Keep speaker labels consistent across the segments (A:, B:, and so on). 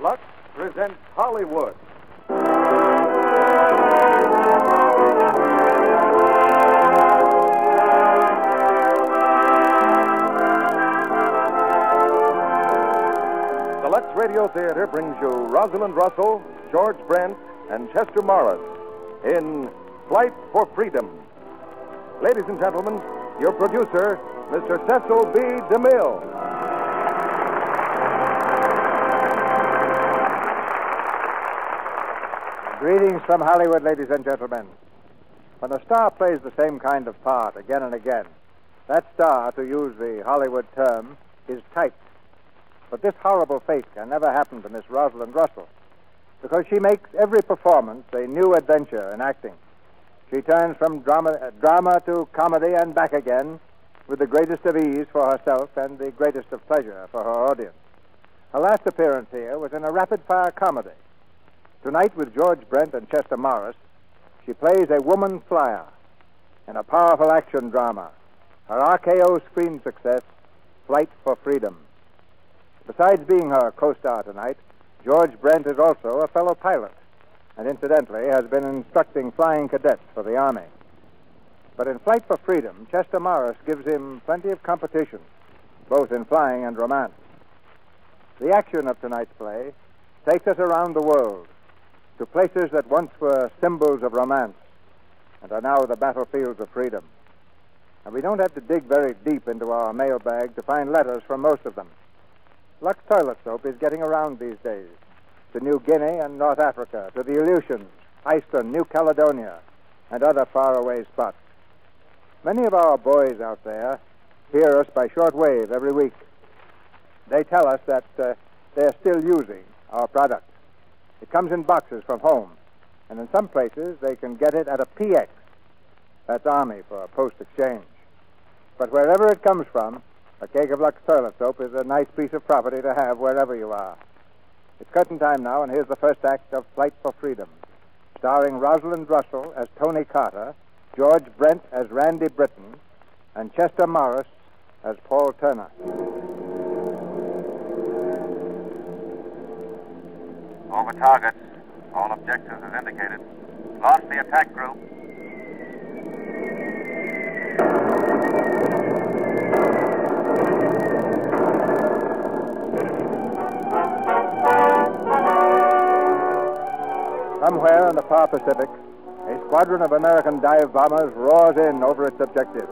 A: Lux presents Hollywood. The Lux Radio Theater brings you Rosalind Russell, George Brent, and Chester Morris in Flight for Freedom. Ladies and gentlemen, your producer, Mr. Cecil B. DeMille.
B: Greetings from Hollywood, ladies and gentlemen. When a star plays the same kind of part again and again, that star, to use the Hollywood term, is typed. But this horrible fate can never happen to Miss Rosalind Russell because she makes every performance a new adventure in acting. She turns from drama, uh, drama to comedy and back again with the greatest of ease for herself and the greatest of pleasure for her audience. Her last appearance here was in a rapid fire comedy. Tonight, with George Brent and Chester Morris, she plays a woman flyer in a powerful action drama, her RKO screen success, Flight for Freedom. Besides being her co star tonight, George Brent is also a fellow pilot, and incidentally has been instructing flying cadets for the Army. But in Flight for Freedom, Chester Morris gives him plenty of competition, both in flying and romance. The action of tonight's play takes us around the world to places that once were symbols of romance and are now the battlefields of freedom. And we don't have to dig very deep into our mailbag to find letters from most of them. Lux toilet soap is getting around these days to New Guinea and North Africa, to the Aleutians, Iceland, New Caledonia, and other faraway spots. Many of our boys out there hear us by shortwave every week. They tell us that uh, they're still using our product. It comes in boxes from home, and in some places they can get it at a PX. That's Army for Post Exchange. But wherever it comes from, a keg of Lux toilet soap is a nice piece of property to have wherever you are. It's curtain time now, and here's the first act of Flight for Freedom, starring Rosalind Russell as Tony Carter, George Brent as Randy Britton, and Chester Morris as Paul Turner.
A: Over targets. All objectives as indicated. Lost the attack group.
B: Somewhere in the far Pacific, a squadron of American dive bombers roars in over its objective.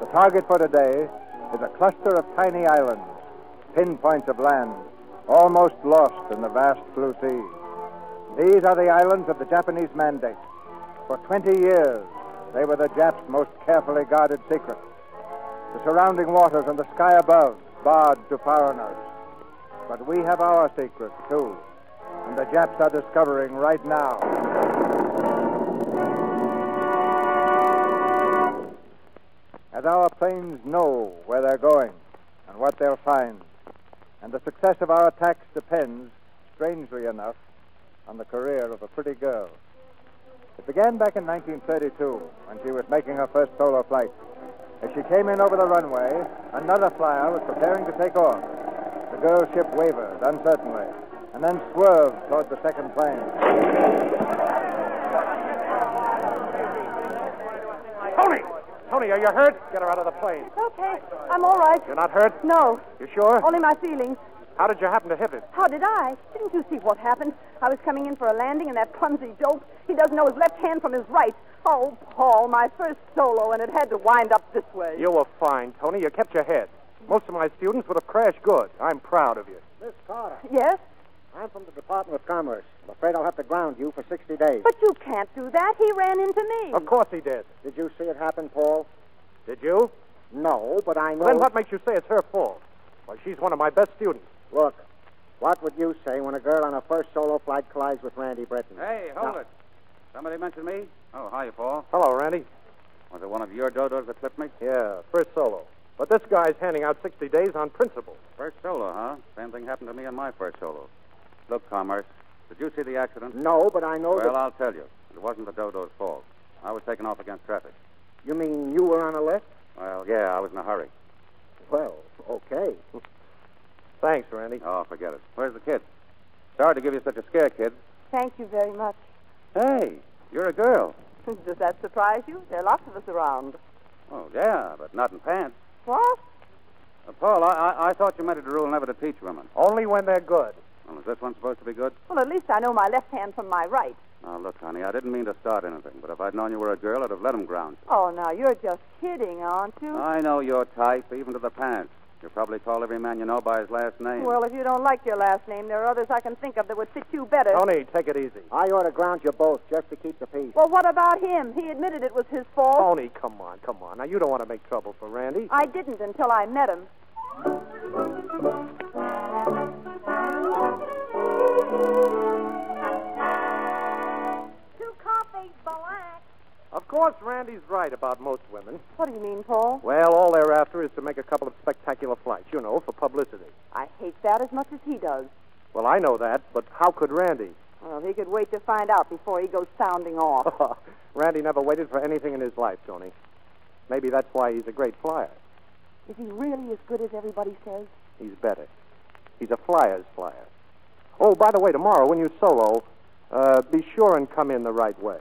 B: The target for today is a cluster of tiny islands, pinpoints of land, almost lost in the vast blue sea. These are the islands of the Japanese mandate. For 20 years, they were the Japs' most carefully guarded secret. The surrounding waters and the sky above barred to foreigners. But we have our secrets, too. And the Japs are discovering right now. As our planes know where they're going and what they'll find, and the success of our attacks depends, strangely enough, on the career of a pretty girl. It began back in 1932 when she was making her first solo flight. As she came in over the runway, another flyer was preparing to take off. The girl's ship wavered uncertainly and then swerved toward the second plane.
A: Tony! Tony, are you hurt? Get her out of the plane.
C: Okay, I'm all right.
A: You're not hurt?
C: No,
A: You sure?
C: only my feelings.
A: How did you happen to hit it?
C: How did I? Didn't you see what happened? I was coming in for a landing, and that clumsy dope, he doesn't know his left hand from his right. Oh, Paul, my first solo, and it had to wind up this way.
A: You were fine, Tony. You kept your head. Most of my students would have crashed good. I'm proud of you.
D: Miss Carter,
C: Yes?
D: I'm from the Department of Commerce. I'm afraid I'll have to ground you for 60 days.
C: But you can't do that. He ran into me.
A: Of course he did.
D: Did you see it happen, Paul?
A: Did you?
D: No, but I know.
A: Then what makes you say it's her fault? Why, she's one of my best students.
D: Look,
E: What would you say when a girl on her first solo flight collides with Randy Breton?
F: Hey, hold it. Somebody mentioned me? Oh, hiya, Paul.
D: Hello, Randy.
F: Was it one of your dodos that clipped me?
D: Yeah, first solo. But this guy's handing out 60 days on principle.
F: First solo, huh? Same thing happened to me on my first solo. Look, Commerce, did you see the accident?
E: No, but I know
D: Oh,
F: Well,
E: that.
F: I'll tell you. It wasn't the dodo's fault. I was taken off against traffic.
E: You mean you were on a lift?
F: Well, yeah, I was in a hurry.
E: Well, okay.
D: Thanks, Randy.
F: Oh, forget it. Where's the kid? Sorry to give you such a scare, kid.
C: Thank you very much.
F: Hey, you're a girl.
C: Does that surprise you? There are lots of us around.
F: Oh, yeah, but not in pants.
C: What?
F: Uh, Paul, I, I, I thought you made it a rule never to teach women.
D: Only when they're good.
F: Well, is this one supposed to be good?
C: Well, at least I know my left hand from my right.
F: Now, look, honey, I didn't mean to start anything, but if I'd known you were a girl, I'd have let him ground you.
C: Oh, now you're just kidding, aren't you?
F: I know your type, even to the pants. You probably call every man you know by his last name.
C: well, if you don't like your last name, there are others I can think of that would fit you better.
D: Tony, take it easy.
E: I ought to ground you both just to keep the peace.
C: Well, what about him? He admitted it was his fault.
D: Tony, come on, come on. Now, you don't want to make trouble for Randy.
C: I didn't until I met him.
G: Two coffees black.
D: Of course, Randy's right about most women.
C: What do you mean, Paul?
D: Well, all they're after is to make a couple of spectacular flights, you know, for publicity.
C: I hate that as much as he does.
D: Well, I know that, but how could Randy?
C: Well, he could wait to find out before he goes sounding off.
D: Randy never waited for anything in his life, Tony. Maybe that's why he's a great flyer.
C: Is he really as good as everybody says?
D: He's better. He's a flyer's flyer. Oh, by the way, tomorrow when you solo, uh, be sure and come in the right way.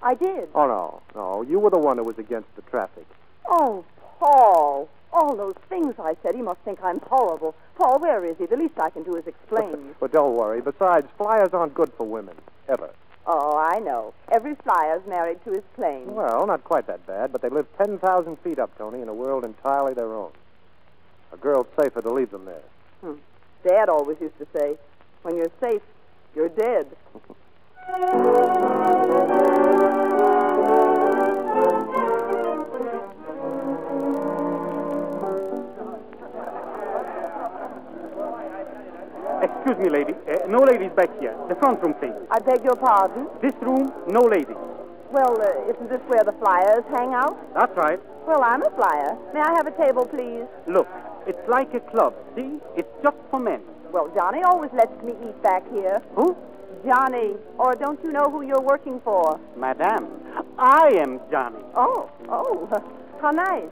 C: I did.
D: Oh, no, no. You were the one who was against the traffic.
C: Oh, Paul. All those things I said, he must think I'm horrible. Paul, where is he? The least I can do is explain.
D: But don't worry. Besides, flyers aren't good for women, ever.
C: oh, I know. Every flyer's married to his plane.
D: Well, not quite that bad, but they live 10,000 feet up, Tony, in a world entirely their own. A girl's safer to leave them there.
C: Dad always used to say, when you're safe, you're dead.
H: Excuse me, lady. Uh, no ladies back here. The front room, please.
C: I beg your pardon?
H: This room, no ladies.
C: Well, uh, isn't this where the flyers hang out?
H: That's right.
C: Well, I'm a flyer. May I have a table, please?
H: Look, it's like a club. See? It's just for men.
C: Well, Johnny always lets me eat back here.
H: Who?
C: Johnny, or don't you know who you're working for?
H: Madame. I am Johnny.
C: Oh, oh, how nice.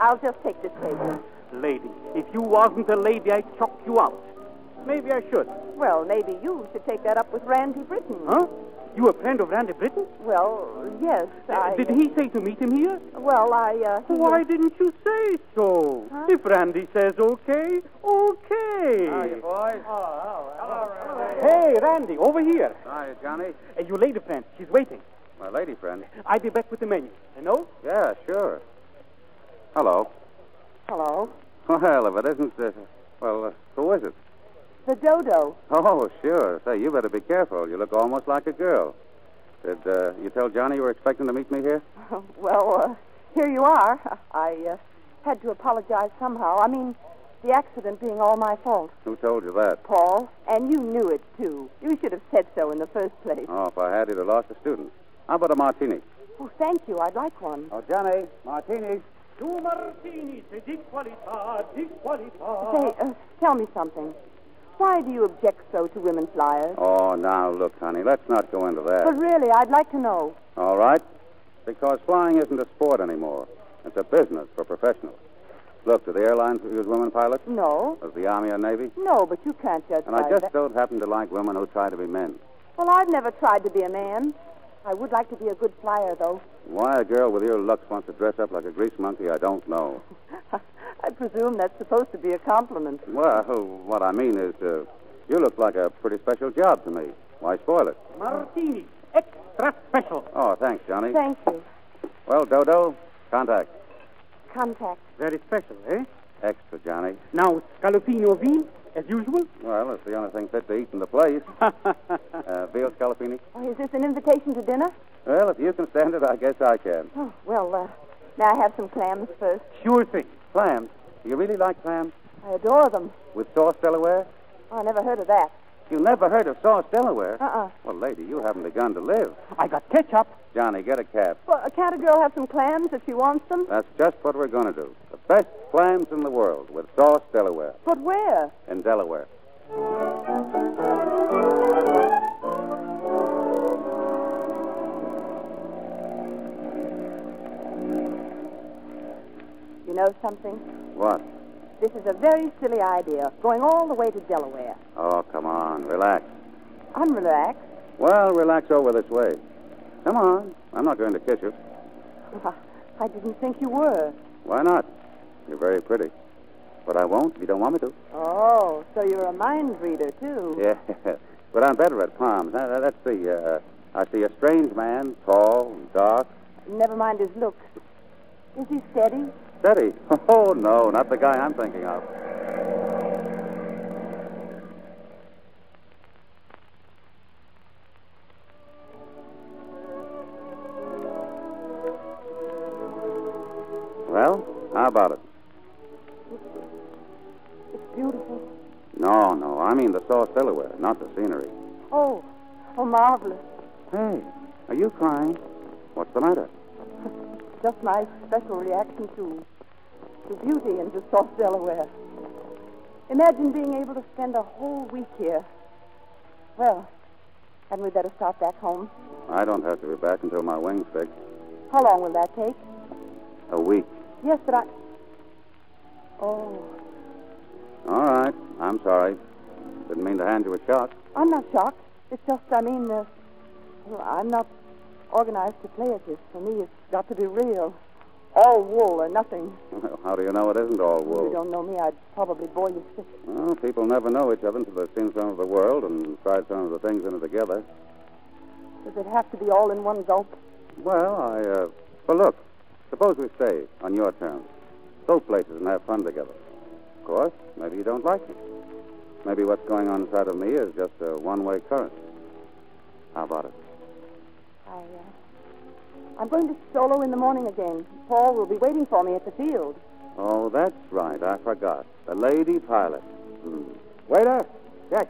C: I'll just take this table.
H: Lady, if you wasn't a lady, I'd chop you out. Maybe I should.
C: Well, maybe you should take that up with Randy Britton.
H: Huh? You a friend of Randy Britton?
C: Well, yes, I.
H: Uh, Did he say to meet him here?
C: Well, I. Uh, he-
H: Why didn't you say so? If Randy says okay, okay.
F: boys.
H: Oh, Hey, Randy, over here.
F: Hi, Johnny.
H: Uh, you lady friend, she's waiting.
F: My lady friend.
H: I'll be back with the menu. Hello?
F: Yeah, sure. Hello.
C: Hello.
F: Well, if it isn't, uh, well, uh, who is it?
C: The dodo.
F: Oh, sure. Say, you better be careful. You look almost like a girl. Did uh, you tell Johnny you were expecting to meet me here?
C: Well, uh, here you are. I uh, had to apologize somehow. I mean, the accident being all my fault,
F: Who told you that?
C: Paul. And you knew it, too. You should have said so in the first place.
F: Oh, if I had, he'd have lost a student. How about a martini?
C: Oh, thank you. I'd like one.
F: Oh, Johnny, martini.
H: Two martinis, di qualità, di qualità.
C: Say, uh, tell me something. Why do you object so to women flyers?
F: Oh, now look, honey, let's not go into that.
C: But really, I'd like to know.
F: All right? Because flying isn't a sport anymore. It's a business for professionals. Look, do the airlines use women pilots?
C: No,
F: Does the Army or Navy?
C: no, but you can't judge
F: And
C: by
F: I just
C: that.
F: don't happen to like women who try to be men.
C: Well, I've never tried to be a man. I would like to be a good flyer, though.
F: Why a girl with your looks wants to dress up like a grease monkey, I don't know.
C: I presume that's supposed to be a compliment.
F: Well, what I mean is, uh, you look like a pretty special job to me. Why spoil it?
H: Martinis, extra special.
F: Oh, thanks, Johnny.
C: Thank you.
F: Well, Dodo, contact.
C: Contact.
H: Very special, eh?
F: Extra, Johnny.
H: Now, scallopino veal, as usual.
F: Well, it's the only thing fit to eat in the place. Uh, veal scallopini?
C: Oh, is this an invitation to dinner?
F: Well, if you can stand it, I guess I can.
C: Oh, well, uh, may I have some clams first?
H: sure thing.
F: Clams? Do you really like clams?
C: I adore them.
F: With sauce Delaware?
C: Uh, Oh, I never heard of that.
F: You never heard of Sauce, Delaware?
H: Uh.
C: Uh-uh.
F: Well, lady, you haven't begun to live.
I: I got ketchup.
F: Johnny, get a cab.
C: Well, can't a girl have some clams if she wants them?
F: That's just what we're going to do. The best clams in the world with Sauce, Delaware.
C: But where?
F: In Delaware.
C: You know something?
F: What?
C: This is a very silly idea, going all the way to Delaware.
F: Oh, come on. Relax.
C: I'm relaxed.
F: Well, relax over this way. Come on. I'm not going to kiss you.
C: Ah, I didn't think you were.
F: Why not? You're very pretty. But I won't if you don't want me to.
C: Oh, so you're a mind reader, too.
F: Yeah. But I'm better at palms. Now, now, let's see. Uh, I see a strange man, tall, and dark,
C: Never mind his looks. Is he steady?
F: steady. Oh, no, not the guy I'm thinking of. Well, how about it?
C: It's beautiful.
F: No, no, I mean the sauce Delaware, not the scenery.
C: Oh, oh, marvelous.
F: Hey, are you crying? What's the matter?
C: Just my special reaction to, to beauty and to South Delaware. Imagine being able to spend a whole week here. Well, hadn't we better start back home?
F: I don't have to be back until my wings fix.
C: How long will that take?
F: A week.
C: Yes, but I. Oh,
F: All right. I'm sorry. Didn't mean to hand you a shock.
C: I'm not shocked. It's just, I mean, uh, well, I'm not organized to play at this. For me, it's got to be real. All wool or nothing.
F: Well, how do you know it isn't all
C: If You
F: wool?
C: don't know me, I'd probably bore you sick.
F: Well, people never know each other until they've seen some of the world and tried some of the things in it together.
C: Does it have to be all in one gulp?
F: Well, I, uh. But look, suppose we stay on your terms. Go places and have fun together. Of course, maybe you don't like it. Maybe what's going on inside of me is just a one way current. How about it?
C: I, uh, I'm going to solo in the morning again. Paul will be waiting for me at the field.
F: Oh, that's right. I forgot. The lady pilot. Hmm. Waiter! Yes.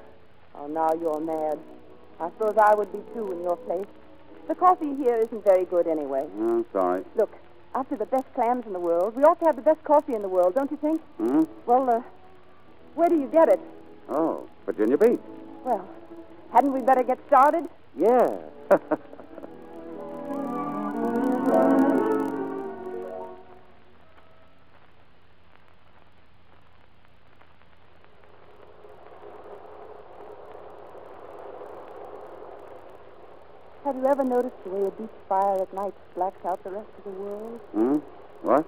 C: Oh, now you're mad. I suppose I would be too in your place. The coffee here isn't very good anyway.
F: Oh, sorry.
C: Look, after the best clams in the world, we ought to have the best coffee in the world, don't you think?
F: Hmm?
C: Well, uh, where do you get it?
F: Oh, Virginia Beach.
C: Well, hadn't we better get started?
F: Yeah.
C: Have you ever noticed the way a beach fire at night blacks out the rest of the world?
F: hmm? What?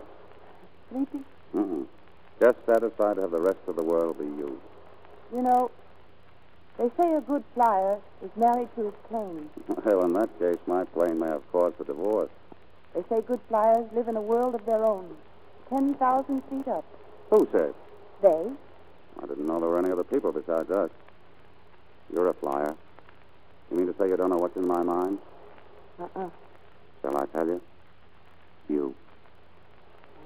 C: Sleepy?
F: Mm-mm. Just satisfied to have the rest of the world be you.
C: You know, they say a good flyer is married to his plane.
F: Well, in that case, my plane may have caused a divorce.
C: They say good flyers live in a world of their own, 10,000 feet up.
F: Who said?
C: They?
F: I didn't know there were any other people besides us. You're a flyer. You mean to say you don't know what's in my mind?
C: Uh-uh.
F: Shall I tell you? You.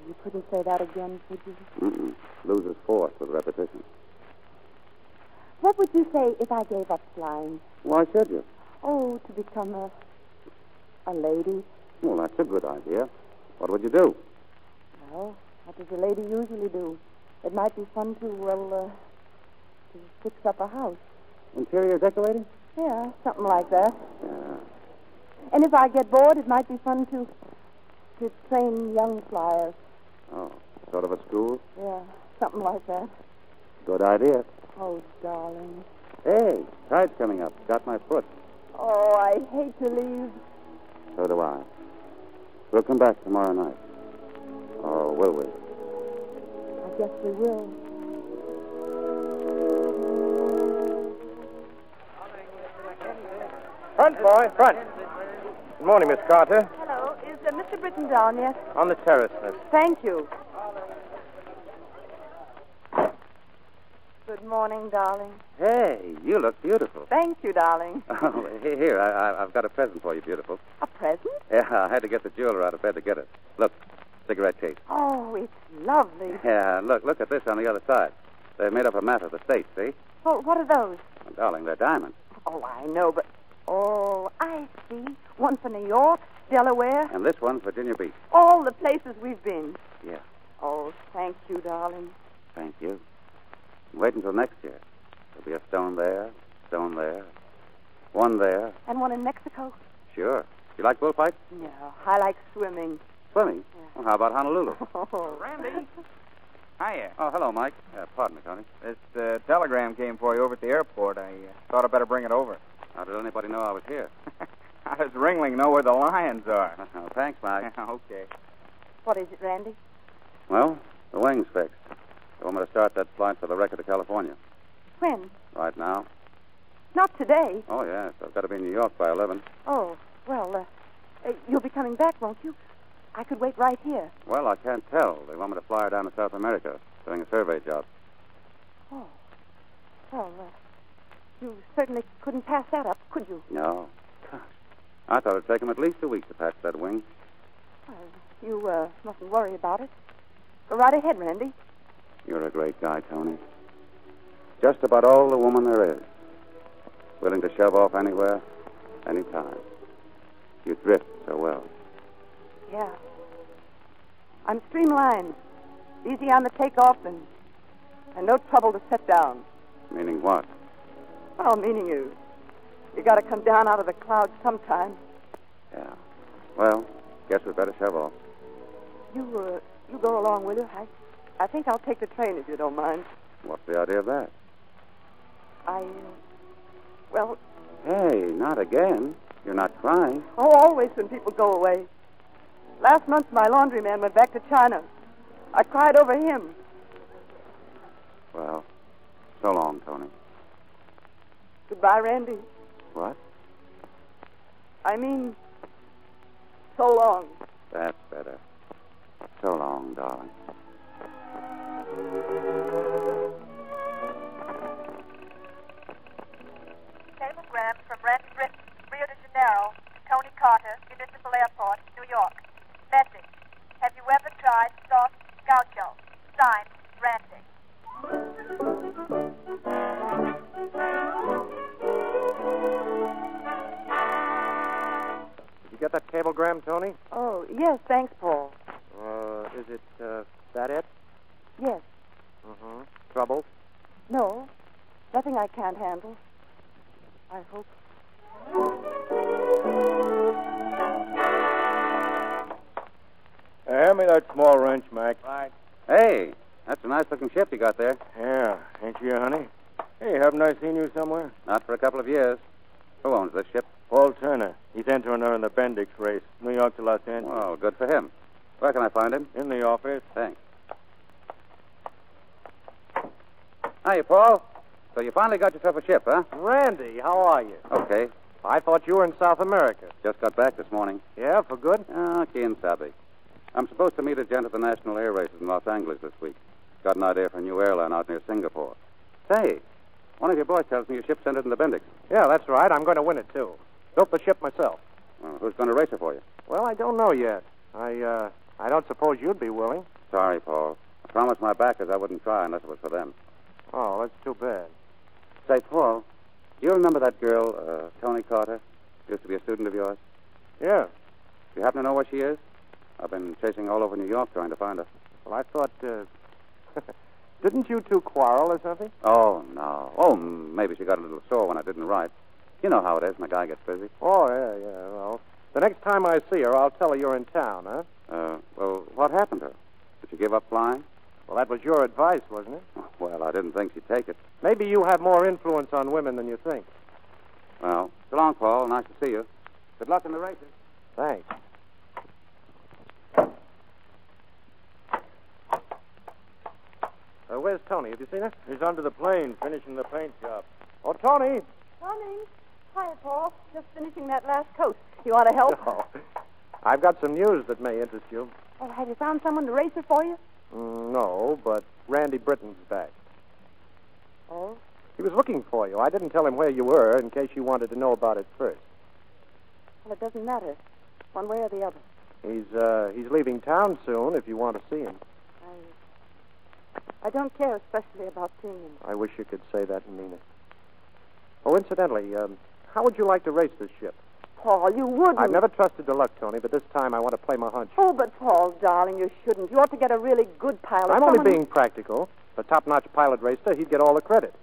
C: You couldn't say that again, could you?
F: Mm-mm. Loses force with repetition.
C: What would you say if I gave up flying?
F: Why should you?
C: Oh, to become a... a lady?
F: Well, that's a good idea. What would you do?
C: Well, what does a lady usually do? It might be fun to, well, uh, to fix up a house.
F: Interior decorating?
C: Yeah, something like that.
F: Yeah.
C: And if I get bored, it might be fun to to train young flyers.
F: Oh, sort of a school?
C: Yeah, something like that.
F: Good idea.
C: Oh, darling.
F: Hey, tide's coming up. Got my foot.
C: Oh, I hate to leave.
F: So do I. We'll come back tomorrow night. Oh, will we?
C: I guess we will.
A: Front, boy, front. Good morning, Miss Carter.
C: Hello, is uh, Mr. Britton down yet?
A: On the terrace, miss.
C: Thank you. Good morning, darling.
F: Hey, you look beautiful.
C: Thank you, darling.
A: Ah.
F: Oh, he- here, I, I, I've got a present for you, beautiful.
C: A present?
F: Yeah, I had to get the jeweler out of bed to get it. Look, cigarette case.
C: Oh, it's lovely.
F: Yeah, look, look at this on the other side. They've made up a map of the state, see?
C: Oh, what are those?
F: Now, darling, they're diamonds.
C: Oh, I know, but. Oh, I see. One for New York, Delaware,
F: And this one's Virginia Beach.
C: all the places we've been.
F: Yeah.
C: Oh, thank you, darling.
F: Thank you. Wait until next year. There'll be a stone there, stone there, one there.
C: And one in Mexico?
F: Sure. You like bullfights?
C: No, I like swimming.
F: Swimming? Well, how about Honolulu?
C: Oh.
J: Randy. Hiya.
F: Oh, hello, Mike. Uh, pardon me, Connie.
J: This uh, telegram came for you over at the airport. I uh, thought I'd better bring it over.
F: How did anybody know I was here?
J: How does Ringling know where the lions are?
F: Oh, thanks, Mike.
J: okay.
C: What is it, Randy?
F: Well, the wing's fixed. They want me to start that flight for the record to California.
C: When?
F: Right now?
C: Not today.
F: Oh, yes. I've got to be in New York by 11.
C: Oh, well, uh, uh, you'll be coming back, won't you? I could wait right here.
F: Well, I can't tell. They want me to fly her down to South America, doing a survey job.
C: Oh. Well, uh, you certainly couldn't pass that up, could you?
F: No. Gosh. I thought it'd take them at least a week to patch that wing.
C: Well, you uh, mustn't worry about it. Go right ahead, Randy.
F: You're a great guy, Tony. Just about all the woman there is. Willing to shove off anywhere, anytime. You drift so well.
C: Yeah. I'm streamlined, easy on the takeoff, and, and no trouble to set down.
F: Meaning what?
C: Well, meaning you. You got to come down out of the clouds sometime.
F: Yeah. Well, guess we'd better shove off.
C: You uh, you go along, will you? I, I think I'll take the train if you don't mind.
F: What's the idea of that?
C: I, uh, well,
F: Hey, not again. You're not crying.
C: Oh, always when people go away. Last month, my laundry man went back to China. I cried over him.
F: Well, so long, Tony.
C: Goodbye, Randy.
F: What?
C: I mean, so long.
F: That's better. So long, darling.
K: Cablegram from Randy Britton, Rio de Janeiro, Tony Carter, Municipal Airport, New York. Message. Have you ever tried soft gaucho? Signed, Randy.
D: Did you get that cablegram, Tony?
C: Oh, yes, thanks, Paul.
D: Uh, is it, uh, that it?
C: Yes.
D: Mm-hmm. Trouble?
C: No. Nothing I can't handle. I hope.
A: hand me that small wrench, Mac.
D: Right.
F: Hey, that's a nice looking ship you got there.
A: Yeah, ain't you, honey? Hey, haven't I seen you somewhere?
F: Not for a couple of years. Who owns this ship?
A: Paul Turner. He's entering her in the Bendix race, New York to Los Angeles.
F: Well, good for him. Where can I find him?
A: In the office.
F: Thanks. Hiya, Paul. So you finally got yourself a ship, huh?
D: Randy, how are you?
F: Okay.
D: I thought you were in South America.
F: Just got back this morning.
D: Yeah, for good?
F: Ah, quién sabe. I'm supposed to meet a gent at the National Air Races in Los Angeles this week. Got an idea for a new airline out near Singapore. Say, one of your boys tells me your ship's entered in the Bendix.
D: Yeah, that's right. I'm going to win it, too. Built the ship myself.
F: Well, who's going to race her for you?
D: Well, I don't know yet. I, uh, I don't suppose you'd be willing.
F: Sorry, Paul. I promised my backers I wouldn't try unless it was for them.
D: Oh, that's too bad.
F: Say, Paul, do you remember that girl, uh, Tony Carter? Used to be a student of yours.
D: Yeah.
F: Do you happen to know where she is? I've been chasing all over New York trying to find her.
D: Well, I thought, uh, didn't you two quarrel or something?
F: Oh, no. Oh, m- maybe she got a little sore when I didn't write. You know how it is when a guy gets busy.
D: Oh, yeah, yeah. Well, the next time I see her, I'll tell her you're in town, huh?
F: Uh, well, what happened to her? Did she give up flying?
D: Well, that was your advice, wasn't it?
F: Well, I didn't think she'd take it.
D: Maybe you have more influence on women than you think.
F: Well, so long, Paul. Nice to see you. Good luck in the races.
D: Thanks. Uh, where's Tony? Have you seen her?
A: He's under the plane, finishing the paint job.
D: Oh, Tony!
C: Coming. Hi, Paul. Just finishing that last coat. You want to help?
D: No. I've got some news that may interest you.
C: Oh, have you found someone to race her for you?
D: Mm, no, but Randy Britton's back.
C: Oh.
D: He was looking for you. I didn't tell him where you were in case you wanted to know about it first.
C: Well, it doesn't matter, one way or the other.
D: He's uh, he's leaving town soon. If you want to see him,
C: I, I don't care especially about seeing him.
D: I wish you could say that and mean it. Oh, incidentally, um, how would you like to race this ship?
C: Paul, you wouldn't.
D: I've never trusted the luck, Tony, but this time I want to play my hunch.
C: Oh, but Paul, darling, you shouldn't. You ought to get a really good pilot.
D: I'm
C: someone
D: only being practical. If a top-notch pilot racer, he'd get all the credit.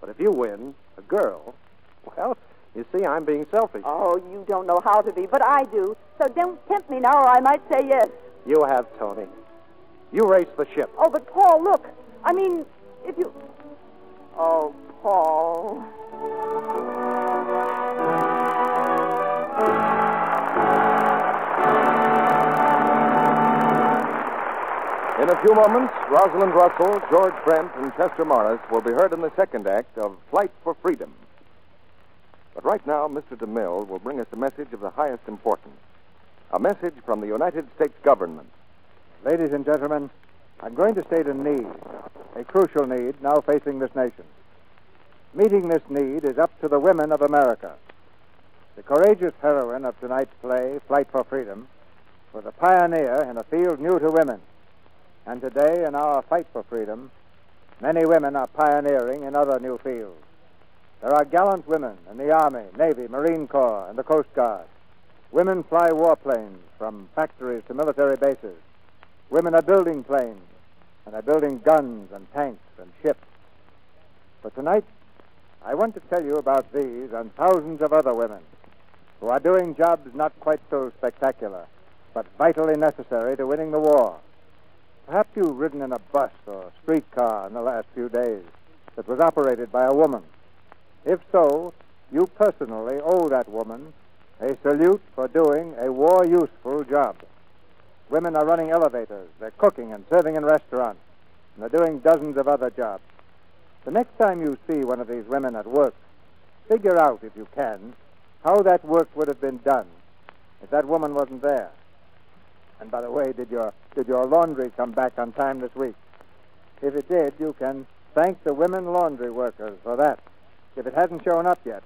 D: But if you win, a girl, well, you see, I'm being selfish.
C: Oh, you don't know how to be, but I do. So don't tempt me now, or I might say yes.
D: You have, Tony. You race the ship.
C: Oh, but Paul, look. I mean, if you. Oh, Paul.
A: In a few moments, Rosalind Russell, George Brent, and Chester Morris will be heard in the second act of Flight for Freedom. But right now, Mr. DeMille will bring us a message of the highest importance a message from the United States government.
B: Ladies and gentlemen, I'm going to state a need, a crucial need now facing this nation. Meeting this need is up to the women of America. The courageous heroine of tonight's play, Flight for Freedom, was a pioneer in a field new to women. And today, in our fight for freedom, many women are pioneering in other new fields. There are gallant women in the Army, Navy, Marine Corps, and the Coast Guard. Women fly warplanes from factories to military bases. Women are building planes, and are building guns and tanks and ships. But tonight, I want to tell you about these and thousands of other women who are doing jobs not quite so spectacular, but vitally necessary to winning the war. Perhaps you've ridden in a bus
D: Oh,
B: or streetcar in the last few days that was operated by a woman. If so, you personally owe that woman a salute for doing a war useful job. Women are running elevators, they're cooking and serving in restaurants, and they're doing dozens of other jobs. The next time you see one of these women at work, figure out, if you can, how that work would have been done if that woman wasn't there. And by the way, did your did your laundry come back on time this week? If it did, you can thank the women laundry workers for that. If it hasn't shown up yet,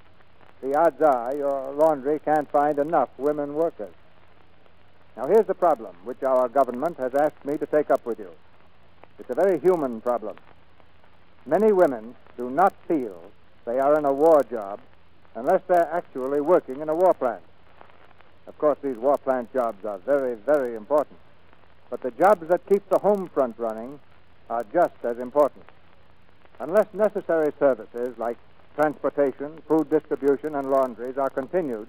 B: the odds are your laundry can't find enough women workers. Now here's the problem which our government has asked me to take up with you. It's a very human problem. Many women do not feel they are in a war job unless they're actually working in a war plant. Of course, these war plant jobs are very, very important. But the jobs that keep the home front running are just as important. Unless necessary services like transportation, food distribution, and laundries are continued,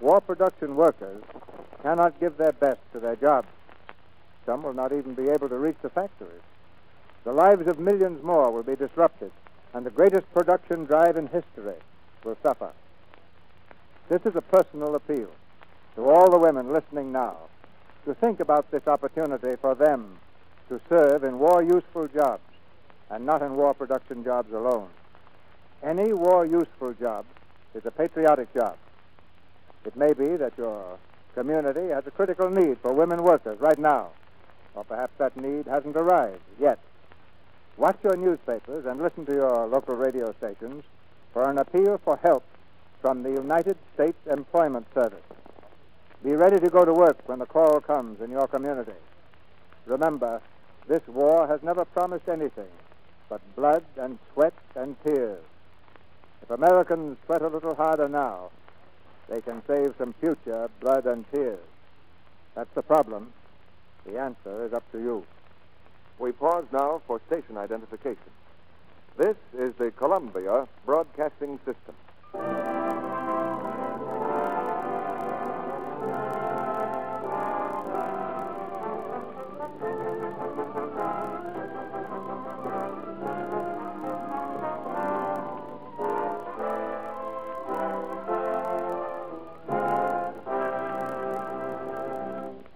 B: war production workers cannot give their best to their jobs. Some will not even be able to reach the factories. The lives of millions more will be disrupted, and the greatest production drive in history will suffer. This is a personal appeal to all the women listening now to think about this opportunity for them to serve in war useful jobs and not in war production jobs alone. Any war useful job is a patriotic job. It may be that your community has a critical need for women workers right now, or perhaps that need hasn't arrived yet. Watch your newspapers and listen to your local radio stations for an appeal for help from the United States Employment Service. Be ready to go to work when the call comes in your community. Remember, this war has never promised anything but blood and sweat and tears. If Americans sweat a little harder now, they can save some future blood and tears. That's the problem. The answer is up to you.
A: We pause now for station identification. This is the Columbia Broadcasting System.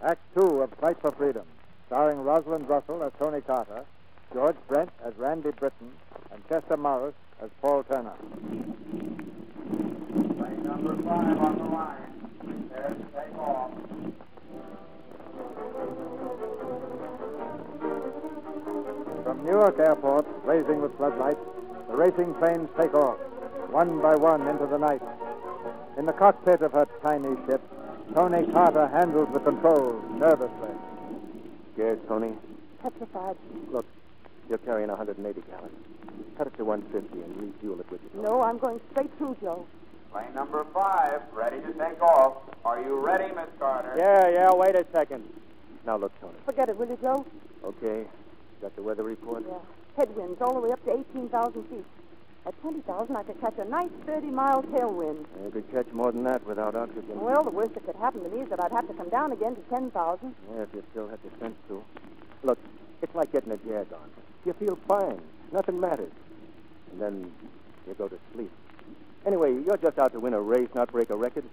B: Act two of Fight for Freedom, starring Rosalind Russell as Tony Carter, George Brent as Randy Britton, and Chester Morris as Paul Turner.
L: Plane number five on the line. Prepare to take off.
B: From Newark Airport, blazing with floodlights, the racing planes take off, one by one into the night. In the cockpit of her tiny ship, Tony Carter handles the controls nervously.
D: Scared, Tony?
C: Petrified.
D: Look, You're carrying 180 gallons. Cut it to 150 and refuel it with your
C: No, I'm going straight through, Joe.
L: Plane number five, ready to take off. Are you ready, Miss Carter?
D: Yeah, yeah, wait a second. Now look, Tony.
C: Forget it, will you, Joe?
D: Okay. Got the weather report?
C: Yeah. Headwinds all the way up to 18,000 feet. At 20,000, I could catch a nice 30 mile tailwind.
D: You could catch more than that without oxygen.
C: Well, the worst that could happen to me is that I'd have to come down again to 10,000.
D: Yeah, if you still had the sense to. Look, it's like getting a jag on. You feel fine. Nothing matters. And then you go to sleep. Anyway, you're just out to win a race, not break a record.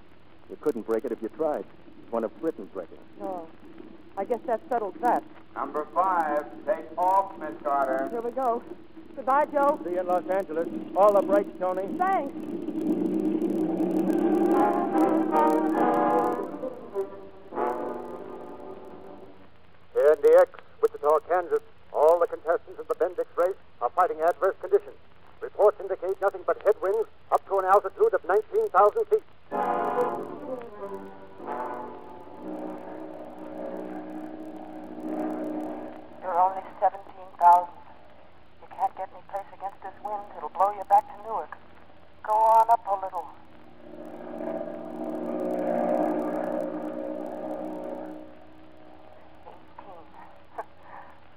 D: You couldn't break it if you tried. It's one of Britain's records.
C: Oh, I guess that settles that.
L: Number five, take off, Miss Carter.
C: Here we go. Goodbye, Joe.
D: See you in Los Angeles. All the brakes, Tony.
C: Thanks.
M: Here in DX, Wichita, Kansas, all the contestants of the Bendix race are fighting adverse conditions. Reports indicate nothing but headwinds up to an altitude of 19,000 feet.
K: You're only 17,000. You can't get any place against this wind. It'll blow you back to Newark. Go on up a little. Eighteen.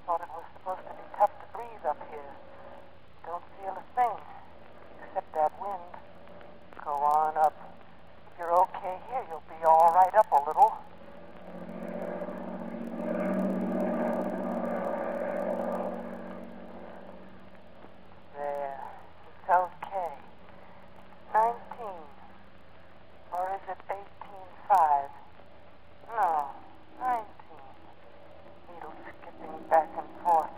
K: Thought it was supposed to be tough to breathe up here. Don't feel a thing except that wind. Go on up. If you're okay here, you'll be all right up a little. There. It's okay. Nineteen. Or is it eighteen five? No. Nineteen. Needle skipping back and forth.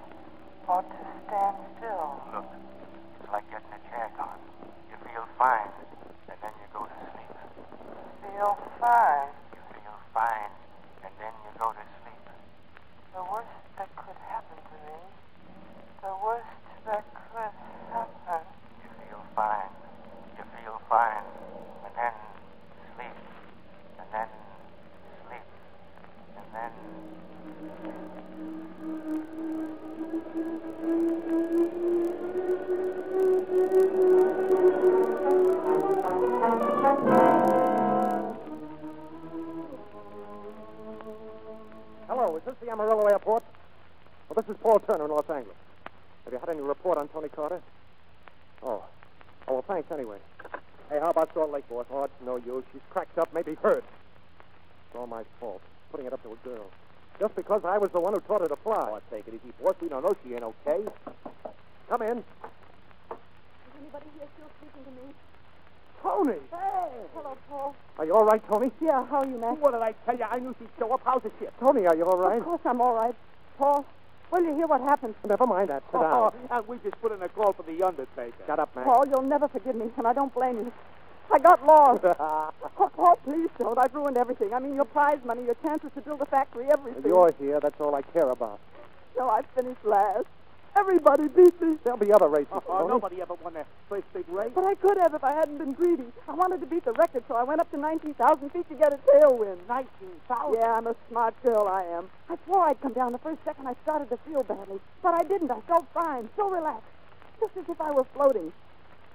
K: Ought to stand still.
N: Look, it's like getting a jag on. You feel fine, and then you go to sleep.
K: Feel fine.
N: You feel fine, and then you go to sleep.
K: The worst that could happen to me. The worst that could happen.
N: You feel fine. You feel fine, and then sleep, and then sleep, and then.
D: Hello, is this the Amarillo Airport? Well, this is Paul Turner in Los Angeles. Have you had any report on Tony Carter? Oh. Oh, well, thanks anyway. Hey, how about Salt Lake, boss? Oh, it's no use. She's cracked up, maybe hurt. It's all my fault, putting it up to a girl. Just because I was the one who taught her to fly.
O: Oh, take it easy, boss. We don't know she ain't okay.
D: Come in.
P: Is anybody here still speaking to me?
D: Tony!
P: Hey! Hello, Paul.
D: Are you all right, Tony?
C: Yeah, how are you, Max?
O: What did I tell you? I knew she'd show up. How's the ship?
D: Tony, are you all right?
C: Of course I'm all right. Paul, will you hear what happened?
D: Never mind that. Sit
O: Oh,
D: down.
O: and we just put in a call for the undertaker.
D: Shut up, Max.
C: Paul, you'll never forgive me, and I don't blame you. I got lost. oh, Paul, please don't. I've ruined everything. I mean, your prize money, your chances to build a factory, everything.
D: You're here. That's all I care about.
C: No, I finished last. Everybody beat me.
D: There'll be other races.
O: Oh,
D: Tony.
O: nobody ever won their first big race.
C: But I could have if I hadn't been greedy. I wanted to beat the record, so I went up to 19,000 feet to get a tailwind.
O: 19,000.
C: Yeah, I'm a smart girl, I am. I swore I'd come down the first second I started to feel badly, but I didn't. I felt fine, so relaxed, just as if I were floating.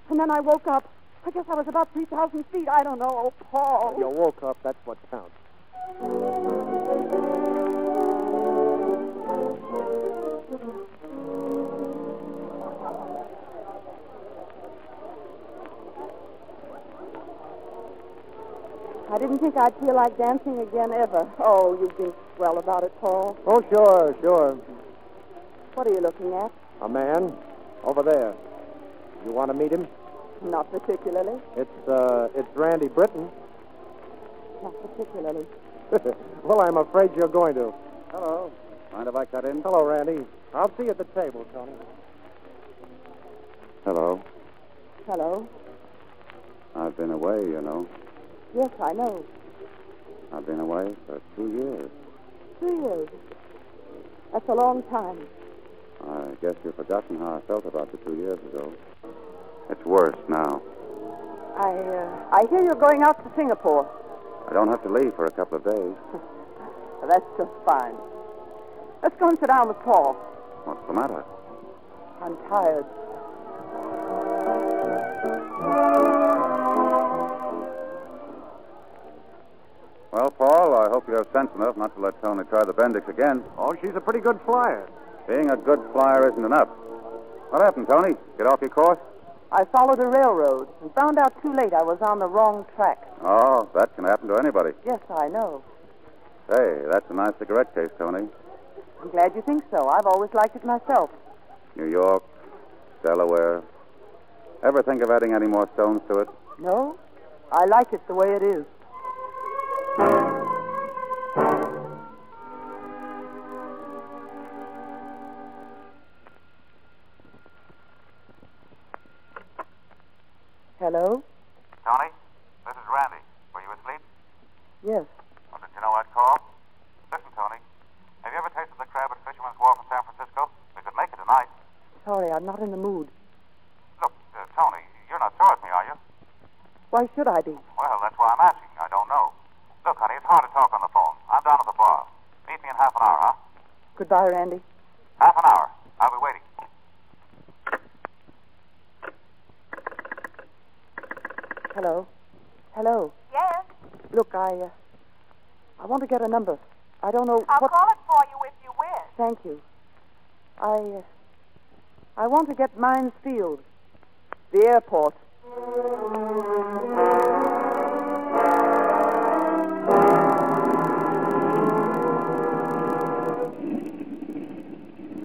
C: And then I woke up. I guess I was about 3,000 feet. I don't know. Oh, Paul.
D: You woke up. That's what counts.
C: I didn't think I'd feel like dancing again ever. Oh, you've been swell about it, Paul.
D: Oh, sure, sure.
C: What are you looking at?
D: A man over there. You want to meet him?
C: Not particularly.
D: It's uh, it's Randy Britton.
C: Not particularly.
D: well, I'm afraid you're going to.
F: Hello. Mind if I cut in?
D: Hello, Randy. I'll see you at the table, Tony.
F: Hello.
C: Hello?
F: I've been away, you know.
C: Yes, I know.
F: I've been away for two years.
C: Two years. That's a long time.
F: I guess you've forgotten how I felt about you two years ago. It's worse now.
C: I, uh, I hear you're going out to Singapore.
F: I don't have to leave for a couple of days.
C: Well, that's just fine. Let's go and sit down with Paul.
F: What's the matter?
C: I'm tired.
F: Well, Paul, I hope you have sense enough not to let Tony try the Bendix again.
D: Oh, she's a pretty good flyer.
F: Being a good flyer isn't enough. What happened, Tony? Get off your course?
C: I followed a railroad and found out too late I was on the wrong track.
F: Oh, that can happen to anybody.
C: Yes, I know.
F: Hey, that's a nice cigarette case, Tony.
C: I'm glad you think so. I've always liked it myself.
F: New York, Delaware. Ever think of adding any more stones to it?
C: No, I like it the way it is. Hello?
N: Tony, this is Randy. Were you asleep?
C: Yes.
N: Well, did you know I'd call? Listen, Tony, have you ever tasted the crab at Fisherman's Wharf in San Francisco? We could make it tonight.
C: Sorry, I'm not in the mood.
N: Look, uh, Tony, you're not sore at me, are you?
C: Why should I be?
N: Well, that's why I'm asking. I don't know. Look, honey, it's hard to talk on the phone. I'm down at the bar. Meet me in half an hour, huh?
C: Goodbye, Randy.
N: Half an hour. I'll be waiting.
C: Hello? Hello?
K: Yes?
C: Look, I, uh, I want to get a number. I don't know
K: I'll
C: what...
K: call it for you if you wish.
C: Thank you. I, uh, I want to get Mines Field, the airport.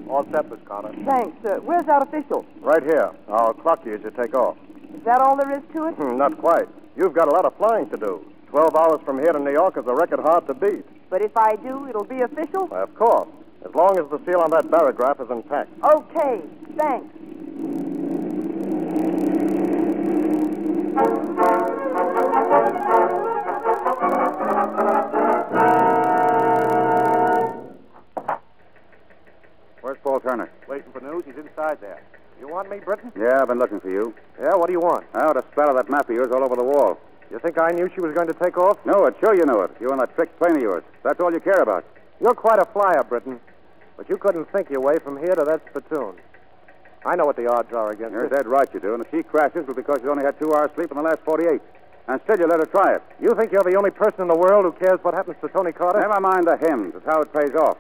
D: All set, Miss Carter.
C: Thanks. Uh, where's our official?
A: Right here. Our clock is to take off.
C: Is that all there is to it?
A: Hmm, Not quite. You've got a lot of flying to do. Twelve hours from here to New York is a record hard to beat.
C: But if I do, it'll be official?
A: Of course. As long as the seal on that paragraph is intact.
C: Okay, thanks.
F: Where's Paul Turner?
D: Waiting for news. He's inside there. You want me, Britton?
F: Yeah, I've been looking for you.
D: Yeah, what do you want?
F: I ought to splatter that map of yours all over the wall.
D: You think I knew she was going to take off?
F: No, it sure you know it. You and that trick plane of yours. That's all you care about.
D: You're quite a flyer, Britton. But you couldn't think your way from here to that platoon. I know what the odds are against
F: You're
D: it.
F: dead right you do. And if she crashes, it'll be because you only had two hours sleep in the last 48. And still you let her try it.
D: You think you're the only person in the world who cares what happens to Tony Carter?
F: Never mind the hymns. It's how it pays off.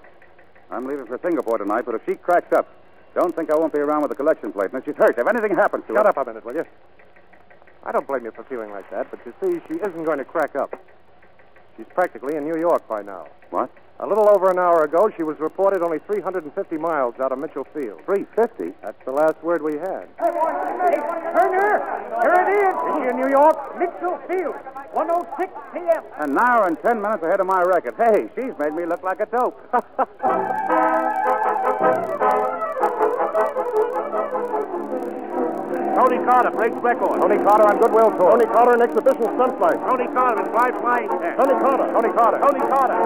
F: I'm leaving for Singapore tonight, but if she cracks up, don't think I won't be around with the collection plate. And if she's hurt, if anything happens to
D: Shut
F: her.
D: up a minute, will you? I don't blame you for feeling like that, but you see, she isn't going to crack up. She's practically in New York by now.
F: What?
D: A little over an hour ago, she was reported only 350 miles out of Mitchell Field.
F: 350?
D: That's the last word we had.
H: Turner, here it is. Here in New York, Mitchell Field, 106 p.m.
F: An hour and ten minutes ahead of my record. Hey, she's made me look like a dope.
O: Tony Carter breaks record.
A: Tony Carter on Goodwill Tour. Tony Carter an exhibition stunt flight.
O: Tony Carter in five flying test.
A: Tony Carter. Tony Carter.
O: Tony Carter.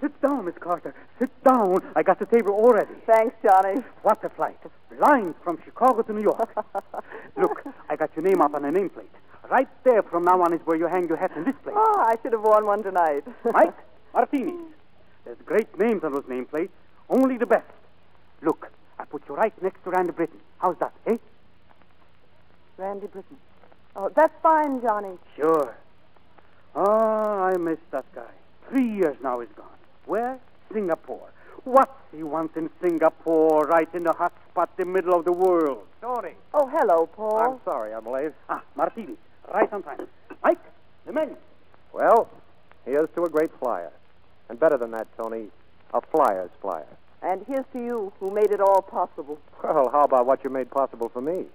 H: Sit down, Miss Carter. Sit down. I got the table already.
C: Thanks, Johnny.
H: What a flight. Blind from Chicago to New York. Look, I got your name up on a nameplate. Right there from now on is where you hang your hat in this place.
C: Oh, I should have worn one tonight.
H: Mike, Martini. There's great names on those nameplates. Only the best. Look, I put you right next to Randy Britton. How's that, eh?
C: Randy Britton. Oh, that's fine, Johnny.
H: Sure. Ah, I miss that guy. Three years now he's gone. Where? Singapore. What he wants in Singapore, right in the hot spot, the middle of the world.
D: Tony.
C: Oh, hello, Paul.
D: I'm sorry I'm late.
H: Ah, Martini, right on time. Mike, the menu.
D: Well, here's to a great flyer. And better than that, Tony, a flyer's flyer.
C: And here's to you who made it all possible.
D: Well, how about what you made possible for me?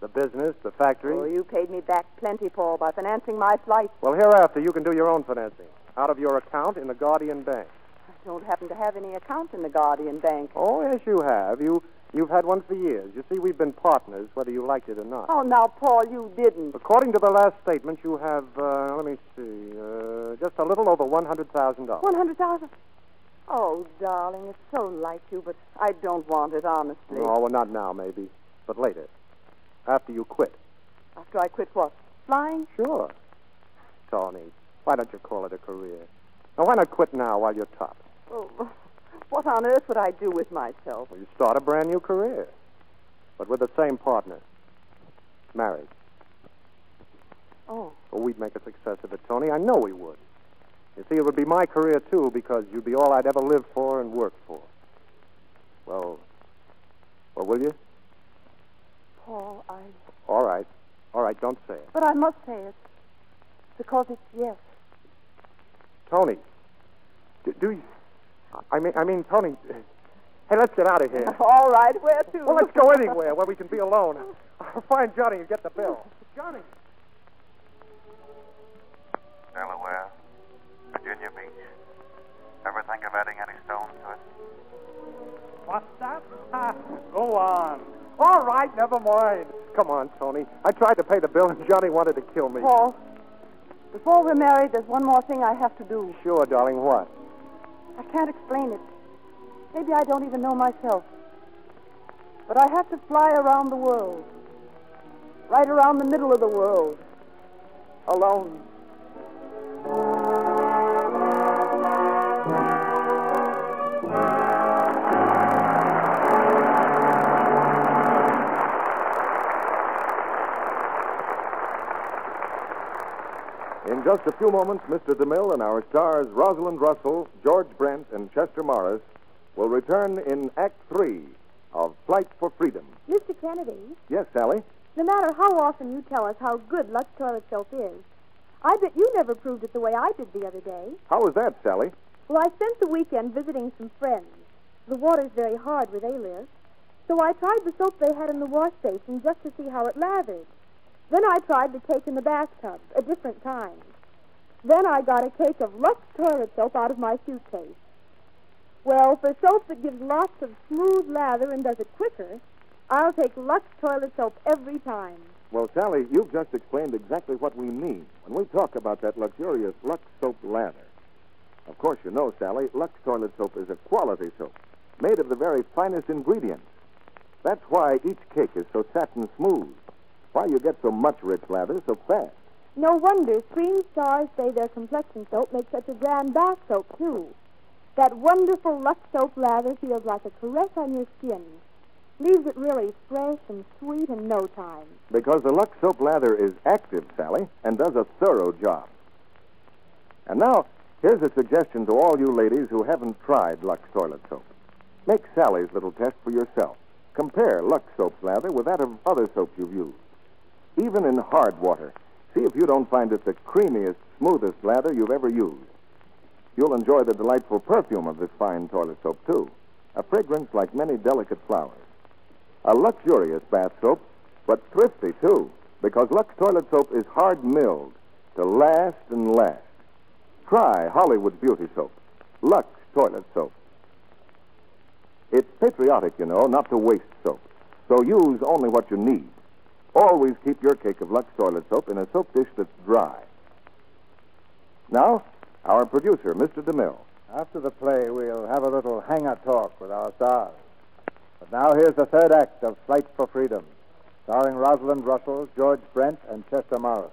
D: The business, the factory.
C: Oh, you paid me back plenty, Paul, by financing my flight.
D: Well, hereafter, you can do your own financing out of your account in the Guardian Bank.
C: I don't happen to have any account in the Guardian Bank.
D: Oh, yes, you have. You, you've had one for years. You see, we've been partners, whether you liked it or not.
C: Oh, now, Paul, you didn't.
D: According to the last statement, you have, uh, let me see, uh, just a little over $100,000.
C: One hundred thousand. Oh, darling, it's so like you, but I don't want it, honestly.
D: No, Oh, well, not now, maybe, but later. After you quit.
C: After I quit what? Flying?
D: Sure. Tony, why don't you call it a career? Now, why not quit now while you're top?
C: Oh, What on earth would I do with myself?
D: Well, you start a brand new career, but with the same partner. Marriage.
C: Oh,
D: Well, we'd make a success of it, Tony. I know we would. You see, it would be my career, too, because you'd be all I'd ever lived for and worked for. Well, well, will you?
C: Paul, I.
D: All right. All right, don't say it.
C: But I must say it. Because it's yes.
D: Tony, do, do you... I mean, I mean, Tony... Hey, let's get out of here.
C: All right, where to?
D: Well, let's go anywhere where we can be alone. I'll find Johnny and get the bill. Johnny!
N: Delaware, Virginia Beach. Ever think of adding any stones to it?
H: What's that? Ha, Go on. All right, never mind.
D: Come on, Tony. I tried to pay the bill, and Johnny wanted to kill me.
C: Paul, before we're married, there's one more thing I have to do.
D: Sure, darling, what?
C: I can't explain it. Maybe I don't even know myself. But I have to fly around the world. Right around the middle of the world. Alone.
A: In just a few moments, Mr. DeMille and our stars Rosalind Russell, George Brent, and Chester Morris will return in Act Three of Flight for Freedom.
Q: Mr. Kennedy,
A: Yes, Sally?
Q: no matter how often you tell us how good Lux toilet soap is, I bet you never proved it the way I did the other day.
A: How was that, Sally?
Q: Well, I spent the weekend visiting some friends. The water's very hard where they live. So I tried the soap they had in the wash basin just to see how it lathered. Then I tried the cake in the bathtub, a different kind. Then I got a cake of Lux toilet soap out of my suitcase. Well, for soap that gives lots of smooth lather and does it quicker, I'll take Lux toilet soap every time.
A: Well, Sally, you've just explained exactly what we mean when we talk about that luxurious Lux soap lather. Of course, you know, Sally, Lux toilet soap is a quality soap made of the very finest ingredients. That's why each cake is so satin smooth, why you get so much rich lather so fast.
Q: No wonder screen stars say their complexion soap makes such a grand bath soap, too. That wonderful Lux soap lather feels like a caress on your skin. Leaves it really fresh and sweet in no time.
A: Because the Lux soap lather is active, Sally, and does a thorough job. And now, here's a suggestion to all you ladies who haven't tried Lux toilet soap. Make Sally's little test for yourself. Compare Lux soap's lather with that of other soaps you've used. Even in hard water, see if you don't find it the creamiest, smoothest lather you've ever used. You'll enjoy the delightful perfume of this fine toilet soap, too, a fragrance like many delicate flowers. A luxurious bath soap but thrifty, too, because Lux toilet soap is hard milled to last and last. Try Hollywood Beauty Soap, Lux Toilet Soap. It's patriotic, you know, not to waste soap, so use only what you need. Always keep your cake of Lux toilet soap in a soap dish that's dry. Now, our producer, Mr. DeMille.
B: After the play, we'll have a little hanger talk with our stars. But now here's the third act of Flight for Freedom, starring Rosalind Russell, George Brent, and Chester Morris.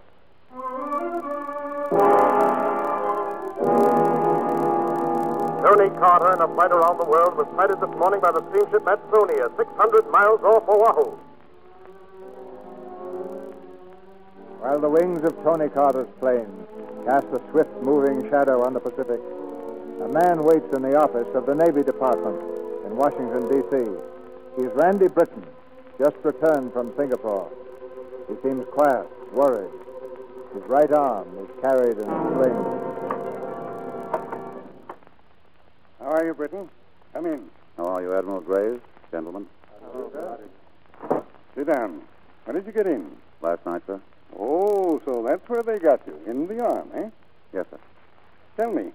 M: Tony Carter in a flight around the world was sighted this morning by the steamship Matsunia, 600 miles off Oahu.
B: While the wings of Tony Carter's plane cast a swift moving shadow on the Pacific, a man waits in the office of the Navy Department in Washington, D.C. He's Randy Britton, just returned from Singapore. He seems quiet, worried. His right arm is carried in a sling.
R: How are you, Britton? Come in.
F: How are you, Admiral Graves, gentlemen?
R: Sit down. When did you get in?
F: Last night, sir?
R: Oh, so that's where they got you. In the arm, eh?
F: Yes, sir.
R: Tell me,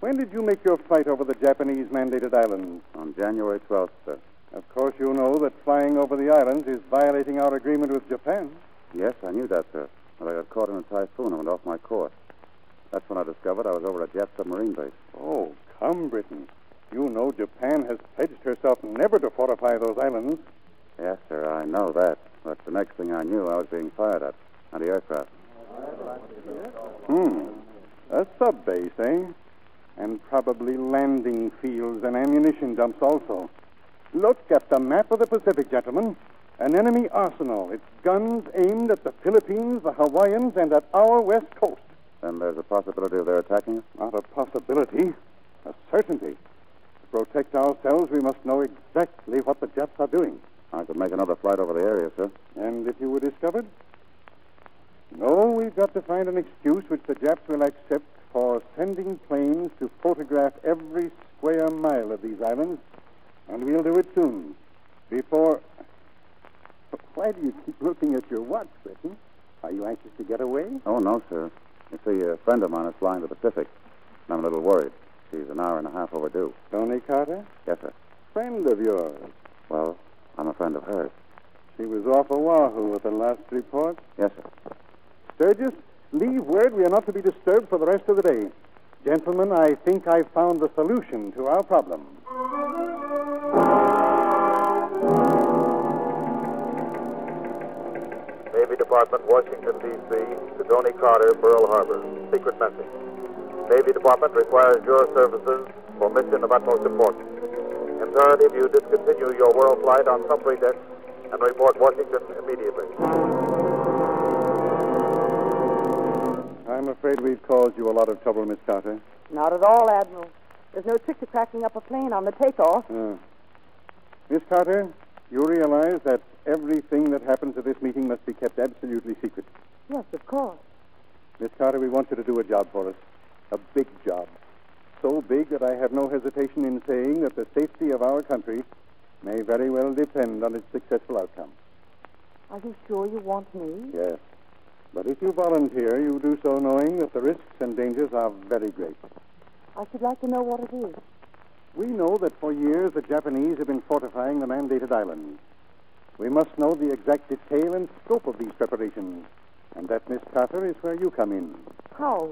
R: when did you make your flight over the Japanese mandated islands?
F: On January 12th, sir.
R: Of course, you know that flying over the islands is violating our agreement with Japan.
F: Yes, I knew that, sir. But I got caught in a typhoon and went off my course. That's when I discovered I was over a Jap submarine base.
R: Oh, come, Britton. You know Japan has pledged herself never to fortify those islands.
F: Yes, sir, I know that. But the next thing I knew, I was being fired at, at the aircraft.
R: Hmm. A sub base, eh? And probably landing fields and ammunition dumps also. Look at the map of the Pacific, gentlemen. An enemy arsenal. Its guns aimed at the Philippines, the Hawaiians, and at our west coast.
F: Then there's a possibility of their attacking us?
R: Not a possibility, a certainty. To protect ourselves, we must know exactly what the Japs are doing.
F: I could make another flight over the area, sir.
R: And if you were discovered? No, we've got to find an excuse which the Japs will accept for sending planes to photograph every square mile of these islands. And we'll do it soon. Before. Why do you keep looking at your watch, Britton? Are you anxious to get away?
F: Oh, no, sir. You see, a friend of mine is flying to the Pacific. and I'm a little worried. She's an hour and a half overdue.
R: Tony Carter?
F: Yes, sir.
R: Friend of yours.
F: Well, I'm a friend of hers.
R: She was off Oahu at the last report.
F: Yes, sir.
R: Sturgis, leave word we are not to be disturbed for the rest of the day. Gentlemen, I think I've found the solution to our problem.
M: Navy Department, Washington, D.C., to Tony Carter, Pearl Harbor. Secret message. Navy Department requires your services for mission of utmost importance. Imperative you discontinue your world flight on some pretext and report Washington immediately.
R: I'm afraid we've caused you a lot of trouble, Miss Carter.
C: Not at all, Admiral. There's no trick to cracking up a plane on the takeoff.
R: Uh, Miss Carter, you realize that everything that happens at this meeting must be kept absolutely secret.
C: Yes, of course.
R: Miss Carter, we want you to do a job for us. A big job. So big that I have no hesitation in saying that the safety of our country may very well depend on its successful outcome.
C: Are you sure you want me?
R: Yes. But if you volunteer, you do so knowing that the risks and dangers are very great.
C: I should like to know what it is.
R: We know that for years the Japanese have been fortifying the mandated islands. We must know the exact detail and scope of these preparations. And that, Miss Carter, is where you come in.
C: How?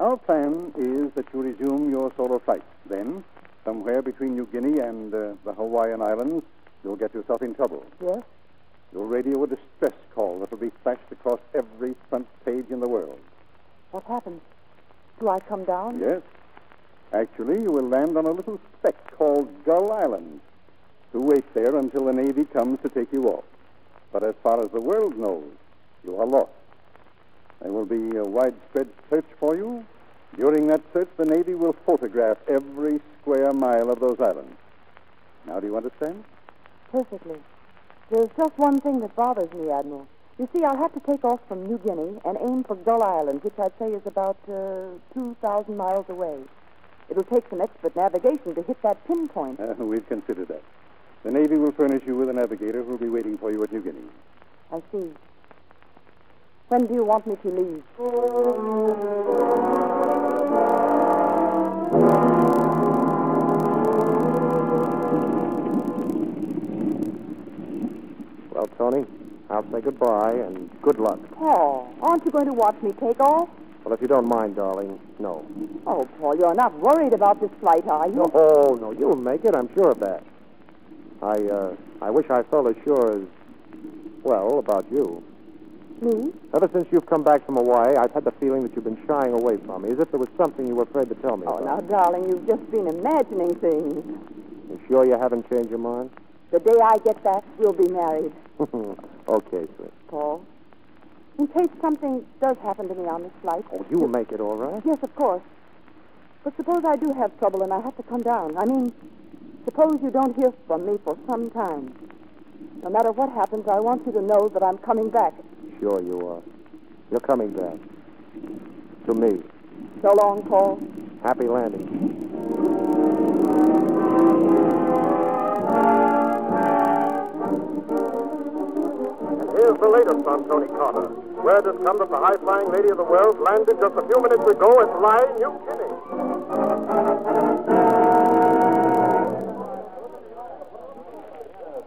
R: Our plan is that you resume your solo flight. Then, somewhere between New Guinea and uh, the Hawaiian Islands, you'll get yourself in trouble.
C: Yes?
R: You'll radio a distress call that will be flashed across every front page in the world.
C: What happens? Do I come down?
R: Yes. Actually, you will land on a little speck called Gull Island to wait there until the Navy comes to take you off. But as far as the world knows, you are lost. There will be a widespread search for you. During that search, the Navy will photograph every square mile of those islands. Now, do you understand?
C: Perfectly. There's just one thing that bothers me, Admiral. You see, I'll have to take off from New Guinea and aim for Gull Island, which I'd say is about uh, 2,000 miles away. It'll take some expert navigation to hit that pinpoint.
R: Uh, we've considered that. The Navy will furnish you with a navigator who'll be waiting for you at New Guinea.
C: I see. When do you want me to leave?
D: Well, Tony, I'll say goodbye and good luck.
C: Paul, aren't you going to watch me take off?
D: Well, if you don't mind, darling, no.
C: Oh, Paul, you're not worried about this flight, are you?
D: Oh, no, you'll make it. I'm sure of that. I, uh, I wish I felt as sure as, well, about you.
C: Me?
D: Ever since you've come back from Hawaii, I've had the feeling that you've been shying away from me, as if there was something you were afraid to tell me
C: Oh, now,
D: about.
C: darling, you've just been imagining things.
D: You sure you haven't changed your mind?
C: The day I get back, we'll be married,
D: okay, sweet.
C: Paul. In case something does happen to me on this flight.
D: Oh, you'll make it all right.
C: Yes, of course. But suppose I do have trouble and I have to come down. I mean, suppose you don't hear from me for some time. No matter what happens, I want you to know that I'm coming back.
D: Sure you are. You're coming back. To me.
C: So long, Paul.
D: Happy landing.
M: And here's the latest on Tony Carter. Word has come that the high flying lady of the world landed just a few minutes ago in Lai, New Guinea.
D: Uh,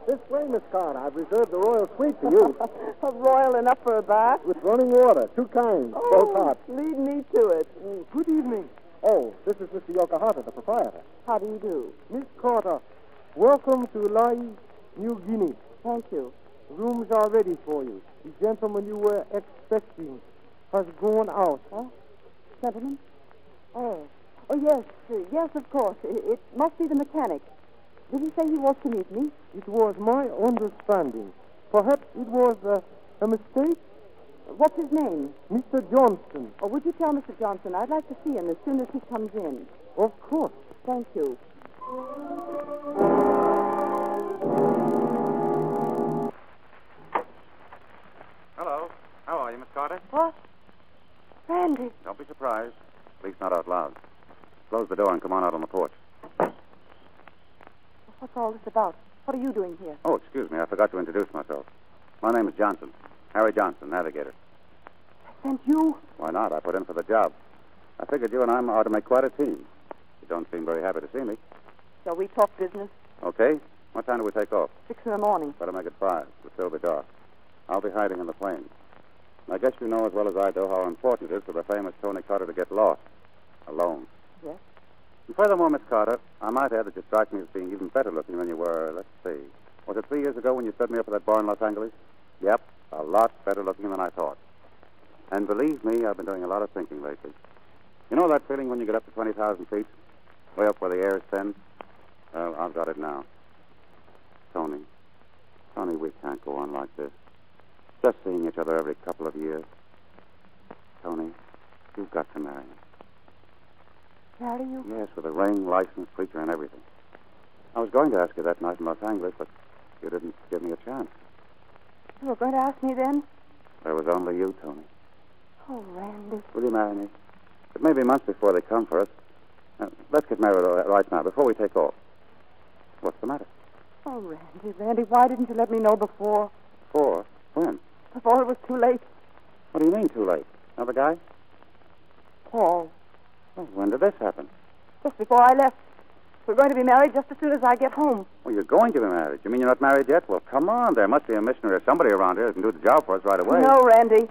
D: This way, Miss Carter. I've reserved the royal suite for you.
C: A royal enough for a bath?
D: With running water, two kinds, both hot.
C: Oh, lead me to it.
D: Good evening. Oh, this is Mr. Yokohata, the proprietor.
C: How do you do?
D: Miss Carter, welcome to Lai, New Guinea.
C: Thank you.
D: Rooms are ready for you. The gentleman you were expecting has gone out.
C: Gentlemen? Oh, Oh, yes, uh, yes, of course. It, it must be the mechanic. Did he say he was to meet me?
S: It was my understanding. Perhaps it was uh, a mistake.
C: What's his name?
S: Mr. Johnston.
C: Oh, would you tell Mr. Johnson I'd like to see him as soon as he comes in?
S: Of course.
C: Thank you.
D: Hello. How are you, Miss Carter?
C: What? Randy.
F: Don't be surprised. At least not out loud. Close the door and come on out on the porch.
C: What's all this about? What are you doing here?
F: Oh, excuse me. I forgot to introduce myself. My name is Johnson. Harry Johnson, navigator.
C: Sent you?
F: Why not? I put in for the job. I figured you and I ought to make quite a team. You don't seem very happy to see me.
C: Shall we talk business?
F: Okay. What time do we take off?
C: Six in the morning.
F: Better make it five. It's still be dark. I'll be hiding in the plane. And I guess you know as well as I do how important it is for the famous Tony Carter to get lost. Alone.
C: Yes?
F: And furthermore, Miss Carter, I might add that you strike me as being even better looking than you were, let's see. Was it three years ago when you set me up for that bar in Los Angeles? Yep, a lot better looking than I thought. And believe me, I've been doing a lot of thinking lately. You know that feeling when you get up to 20,000 feet? Way up where the air is thin? Well, I've got it now. Tony. Tony, we can't go on like this. Just seeing each other every couple of years. Tony, you've got to marry me.
C: Marry you?
F: Yes, with a ring, license, preacher, and everything. I was going to ask you that night in Los Angeles, but you didn't give me a chance.
C: You were going to ask me then?
F: There was only you, Tony.
C: Oh, Randy.
F: Will you marry me? It may be months before they come for us. Now, let's get married all- right now, before we take off. What's the matter?
C: Oh, Randy, Randy, why didn't you let me know before?
F: Before? When?
C: Before it was too late.
F: What do you mean, too late? Another guy?
C: Paul,
F: Well, when did this happen?
C: just before I left. We're going to be married just as soon as I get home.
F: Well, you're going to be married. You mean you're not married yet? Well, come on. There must be a missionary or somebody around here who can do the job for us right away.
C: No, Randy.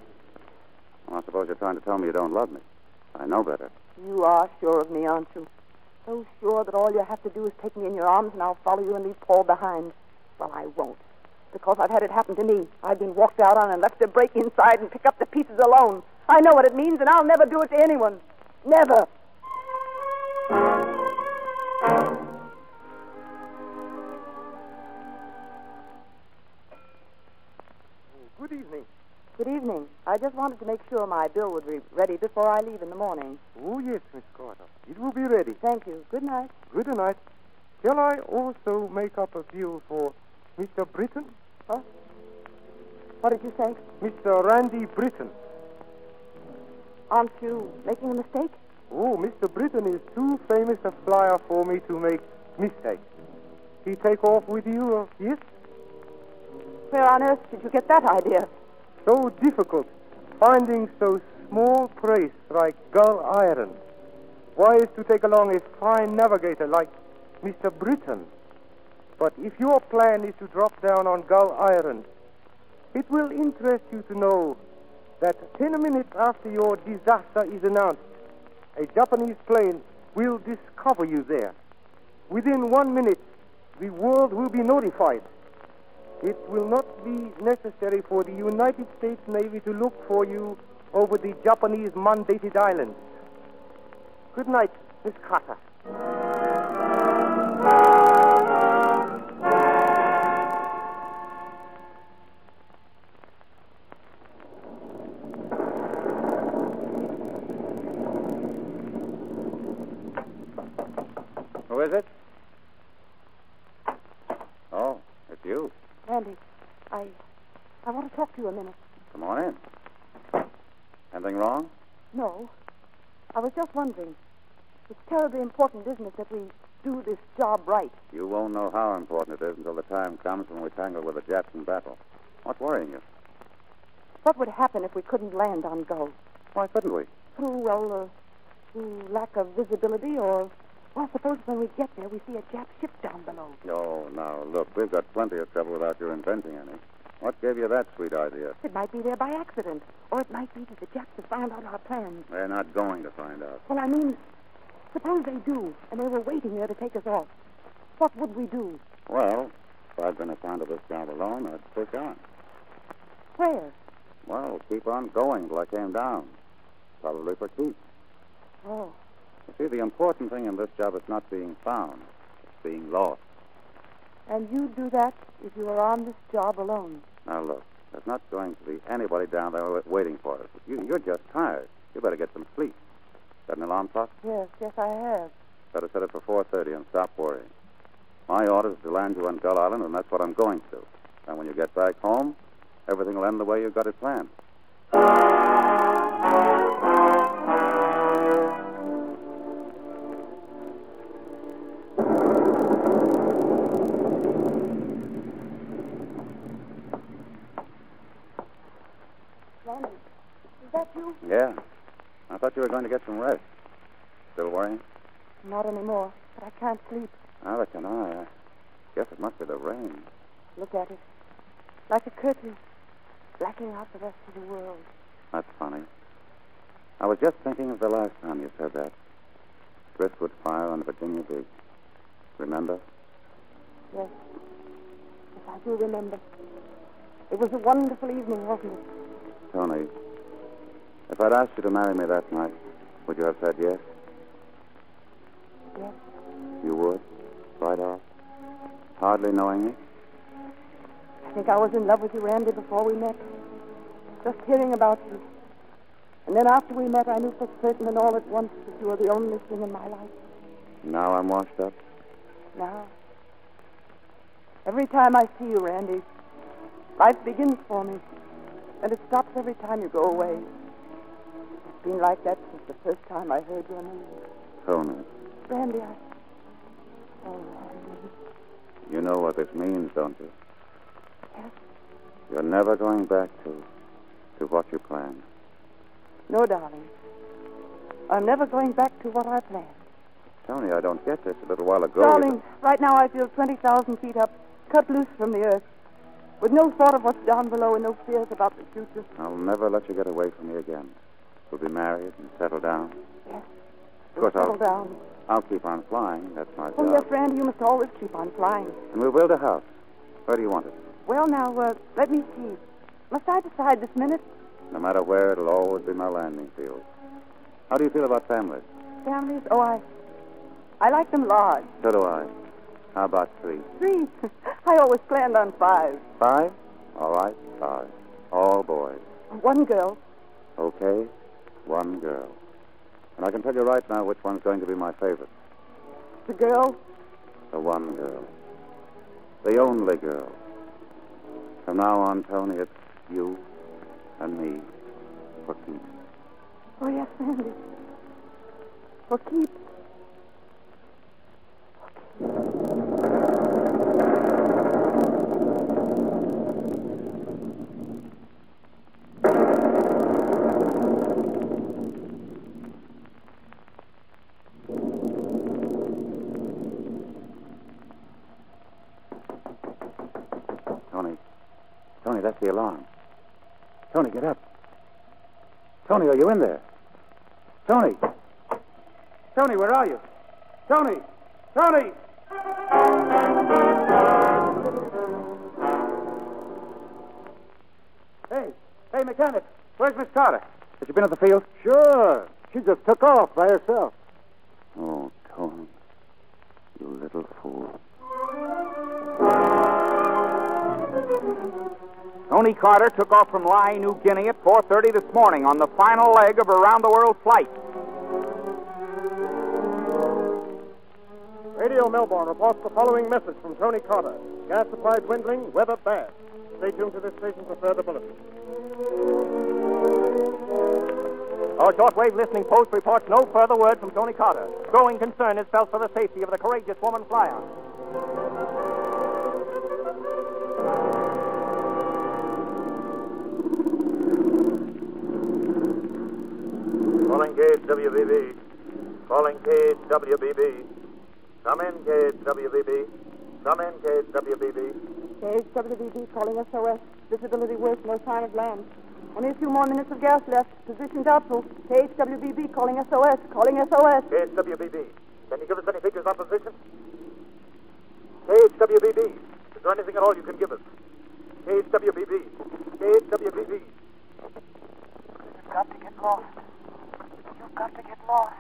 F: Well, I suppose you're trying to tell me you don't love me. I know better.
C: You are sure of me, aren't you? So sure that all you have to do is take me in your arms and I'll follow you and leave Paul behind. Well, I won't. Because I've had it happen to me. I've been walked out on and left to break inside and pick up the pieces alone. I know what it means, and I'll never do it to anyone. Never.
T: Good evening.
C: Good evening. I just wanted to make sure my bill would be ready before I leave in the morning.
T: Oh, yes, Miss Carter. It will be ready.
C: Thank you. Good night.
T: Good night. Shall I also make up a bill for Mr. Britton?
C: What? What did you say?
T: Mr. Randy Britton.
C: Aren't you making a mistake?
T: Oh, Mr. Britton is too famous a flyer for me to make mistakes. He take off with you, uh, yes?
C: Where on earth did you get that idea?
T: So difficult. Finding so small price like Gull Iron. Wise to take along a fine navigator like Mr. Britton. But if your plan is to drop down on Gull Iron, it will interest you to know that ten minutes after your disaster is announced, a Japanese plane will discover you there. Within one minute, the world will be notified. It will not be necessary for the United States Navy to look for you over the Japanese mandated islands. Good night, Miss Carter.
F: Who is it? Oh, it's you.
C: Randy, I. I want to talk to you a minute.
F: Come on in. Anything wrong?
C: No. I was just wondering. It's terribly important, isn't it, that we do this job right?
F: You won't know how important it is until the time comes when we tangle with the Japs in battle. What's worrying you?
C: What would happen if we couldn't land on Gull?
F: Why couldn't we?
C: Through, well, uh, through lack of visibility or. Well, suppose when we get there we see a Jap ship down below.
F: Oh, now, look, we've got plenty of trouble without your inventing any. What gave you that sweet idea?
C: It might be there by accident, or it might be that the Japs have found out our plans.
F: They're not going to find out.
C: Well, I mean, suppose they do, and they were waiting there to take us off. What would we do?
F: Well, if I'd been assigned to this job alone, I'd push on.
C: Where?
F: Well, keep on going till I came down. Probably for keeps.
C: Oh.
F: You see, the important thing in this job is not being found, it's being lost.
C: And you'd do that if you were on this job alone.
F: Now, look, there's not going to be anybody down there wa- waiting for us. You, you're just tired. You better get some sleep. Got an alarm clock?
C: Yes, yes, I have.
F: Better set it for 4.30 and stop worrying. My orders to land you on Gull Island, and that's what I'm going to. And when you get back home, everything will end the way you got it planned.
P: Ronnie, is that you?
F: Yeah. I thought you were going to get some rest. Still worrying?
C: Not anymore, but I can't sleep.
F: Alec and I, I guess it must be the rain.
C: Look at it. Like a curtain, blacking out the rest of the world.
F: That's funny. I was just thinking of the last time you said that. Driftwood fire on Virginia Beach. Remember?
C: Yes. Yes, I do remember. It was a wonderful evening, wasn't it?
F: Tony, if I'd asked you to marry me that night, would you have said yes?
C: Yes.
F: You would? Right off? Hardly knowing me?
C: I think I was in love with you, Andy, before we met. Just hearing about you. And then after we met, I knew for certain and all at once that you were the only thing in my life.
F: Now I'm washed up?
C: Now, every time I see you, Randy, life begins for me, and it stops every time you go away. It's been like that since the first time I heard your name.
F: Tony,
C: Randy, I. Oh, Randy.
F: you know what this means, don't you?
C: Yes.
F: You're never going back to to what you planned.
C: No, darling. I'm never going back to what I planned.
F: Tony, I don't get this. A little while ago. you-
C: darling, right now I feel 20,000 feet up, cut loose from the earth, with no thought of what's down below and no fears about the future.
F: I'll never let you get away from me again. We'll be married and settle down.
C: Yes.
F: Of course,
C: Settle
F: I'll,
C: down.
F: I'll keep on flying. That's my
C: Oh,
F: job.
C: yes, Randy, you must always keep on flying.
F: And we'll build a house. Where do you want it?
C: Well, now, uh, let me see. Must I decide this minute?
F: No matter where, it'll always be my landing field. How do you feel about families?
C: Families? Oh, I. I like them large.
F: So do I. How about three?
C: Three. I always planned on five.
F: Five? All right, five. All boys.
C: One girl.
F: Okay, one girl. And I can tell you right now which one's going to be my favorite.
C: The girl.
F: The one girl. The only girl. From now on, Tony, it's you and me hmm, for keeps.
C: Oh, yes, Randy. For keep.
F: Tony. Tony, that's the alarm. Tony, get up. Tony, are you in there? Tony!
I: Tony, where are you? Tony! Tony!
D: Hey, hey, mechanic, where's Miss Carter?
F: Has she been at the field?
D: Sure. She just took off by herself.
F: Oh, Tony. You little fool.
J: Tony Carter took off from Lai, New Guinea at 4.30 this morning on the final leg of her round-the-world flight.
D: Radio Melbourne reports the following message from Tony Carter. Gas supply dwindling, weather bad. Stay tuned to this station for further bulletins.
U: Our shortwave listening post reports no further word from Tony Carter. Growing concern is felt for the safety of the courageous woman flyer.
M: Calling cage WBB. Calling cage WBB. Come in, cage WBB. Come in, cage WBB.
C: Cage WBB calling SOS. Visibility worse, no sign of land. Only a few more minutes of gas left. Position doubtful. Cage WBB calling SOS. Calling SOS.
M: Cage WBB. Can you give us any figures on position? Cage WBB. Is there anything at all you can give us? Cage WBB. Cage WBB.
N: You've got to get lost. You've got to get lost.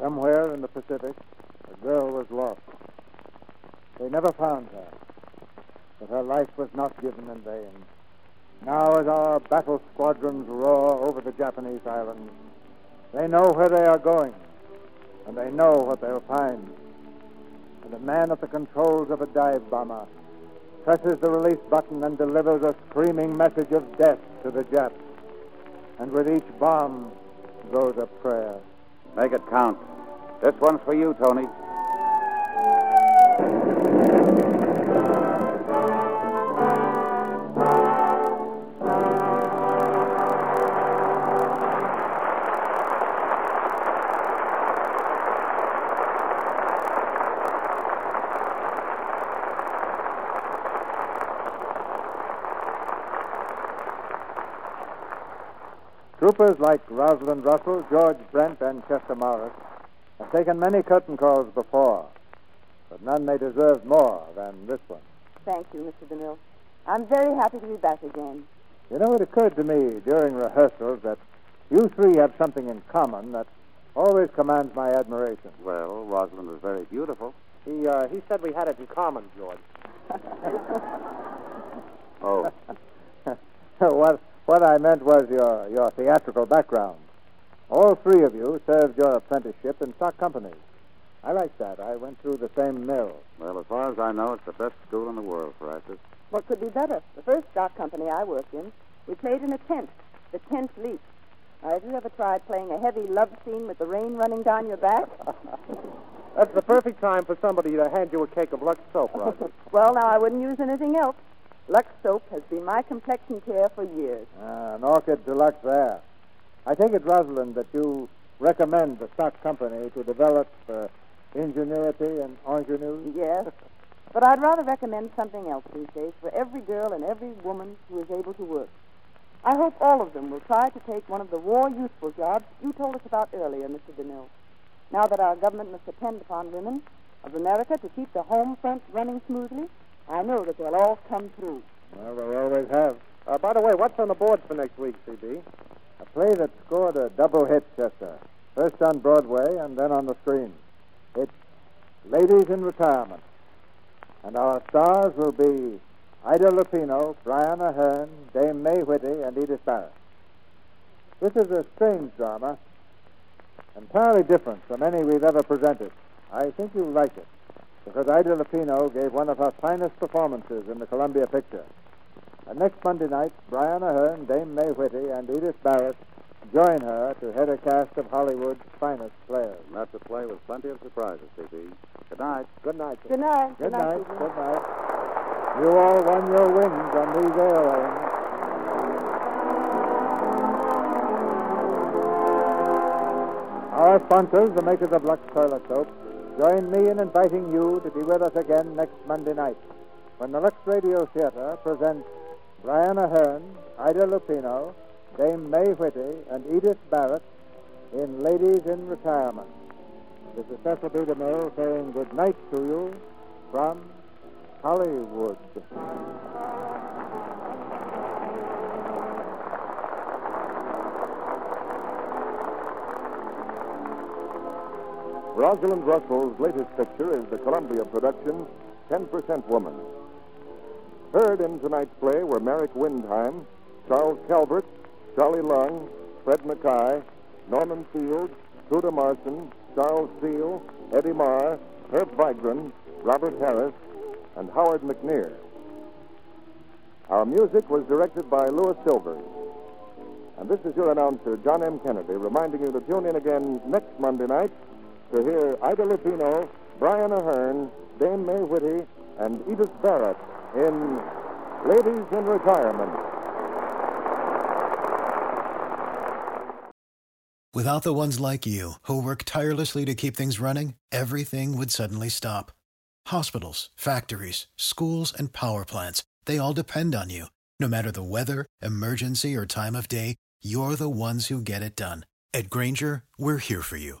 B: Somewhere in the Pacific, a girl was lost. They never found her, but her life was not given in vain. Now, as our battle squadrons roar over the Japanese islands, they know where they are going, and they know what they'll find. And a man at the controls of a dive bomber presses the release button and delivers a screaming message of death to the Japs. And with each bomb goes a prayer.
F: Make it count. This one's for you, Tony.
B: Troopers like Rosalind Russell, George Brent, and Chester Morris have taken many curtain calls before, but none they deserved more than this one.
C: Thank you, Mr. DeMille. I'm very happy to be back again.
B: You know, it occurred to me during rehearsals that you three have something in common that always commands my admiration.
F: Well, Rosalind is very beautiful.
D: He, uh, he said we had it in common, George.
F: Oh,
B: what, what I meant was your, your theatrical background. All three of you served your apprenticeship in stock companies. I like that. I went through the same mill.
F: well, as far as I know, it's the best school in the world for actors.
C: What could be better? The first stock company I worked in, we played in a tent, the tent leap. Now, have you ever tried playing a heavy love scene with the rain running down your back?
D: That's the perfect time for somebody to hand you a cake of Lux soap, Roger.
C: well, now I wouldn't use anything else. Lux soap has been my complexion care for years.
B: Ah, an orchid deluxe there. I take it, Rosalind, that you recommend the stock company to develop uh, ingenuity and ingenue?
C: Yes. But I'd rather recommend something else these days for every girl and every woman who is able to work. I hope all of them will try to take one of the war useful jobs you told us about earlier, Mr. DeMille. Now that our government must depend upon women of America to keep the home front running smoothly, I know that they'll all come through.
B: Well, they always have.
D: Uh, by the way, what's on the board for next week, CB?
B: A play that scored a double hit, uh, Chester. First on Broadway and then on the screen. It's Ladies in Retirement. And our stars will be Ida Lupino, Brian Ahern, Dame May Whitty, and Edith Barrett. This is a strange drama, entirely different from any we've ever presented. I think you'll like it, because Ida Lupino gave one of her finest performances in the Columbia picture. And next Monday night, Brian Ahern, Dame May Whitty, and Edith Barrett join her to head a cast of Hollywood's finest players.
F: And that's a play with plenty of surprises, C.B. Good night.
B: Good night.
C: Good night.
B: Good night.
C: Susan.
B: Good night. You all won your wings on these airways. Our sponsors, the makers of Lux Toilet Soap, join me in inviting you to be with us again next Monday night when the Lux Radio Theater presents Brian Ahern, Ida Lupino, Dame May Whitty, and Edith Barrett in Ladies in Retirement. This is Cecil B. DeMille saying good night to you from Hollywood.
A: Rosalind Russell's latest picture is the Columbia production, 10% Woman. Heard in tonight's play were Merrick Windheim, Charles Calvert, Charlie Lung, Fred Mackay, Norman Field, Truda Marson, Charles Steele, Eddie Marr, Herb Vigran, Robert Harris, and Howard McNear. Our music was directed by Louis Silvers. And this is your announcer, John M. Kennedy, reminding you to tune in again next Monday night to hear Ida Lupino, Brian Ahern, Dame May Whitty, and Edith Barrett in Ladies in Retirement.
V: Without the ones like you, who work tirelessly to keep things running, everything would suddenly stop. Hospitals, factories, schools, and power plants, they all depend on you. No matter the weather, emergency, or time of day, you're the ones who get it done. At Granger, we're here for you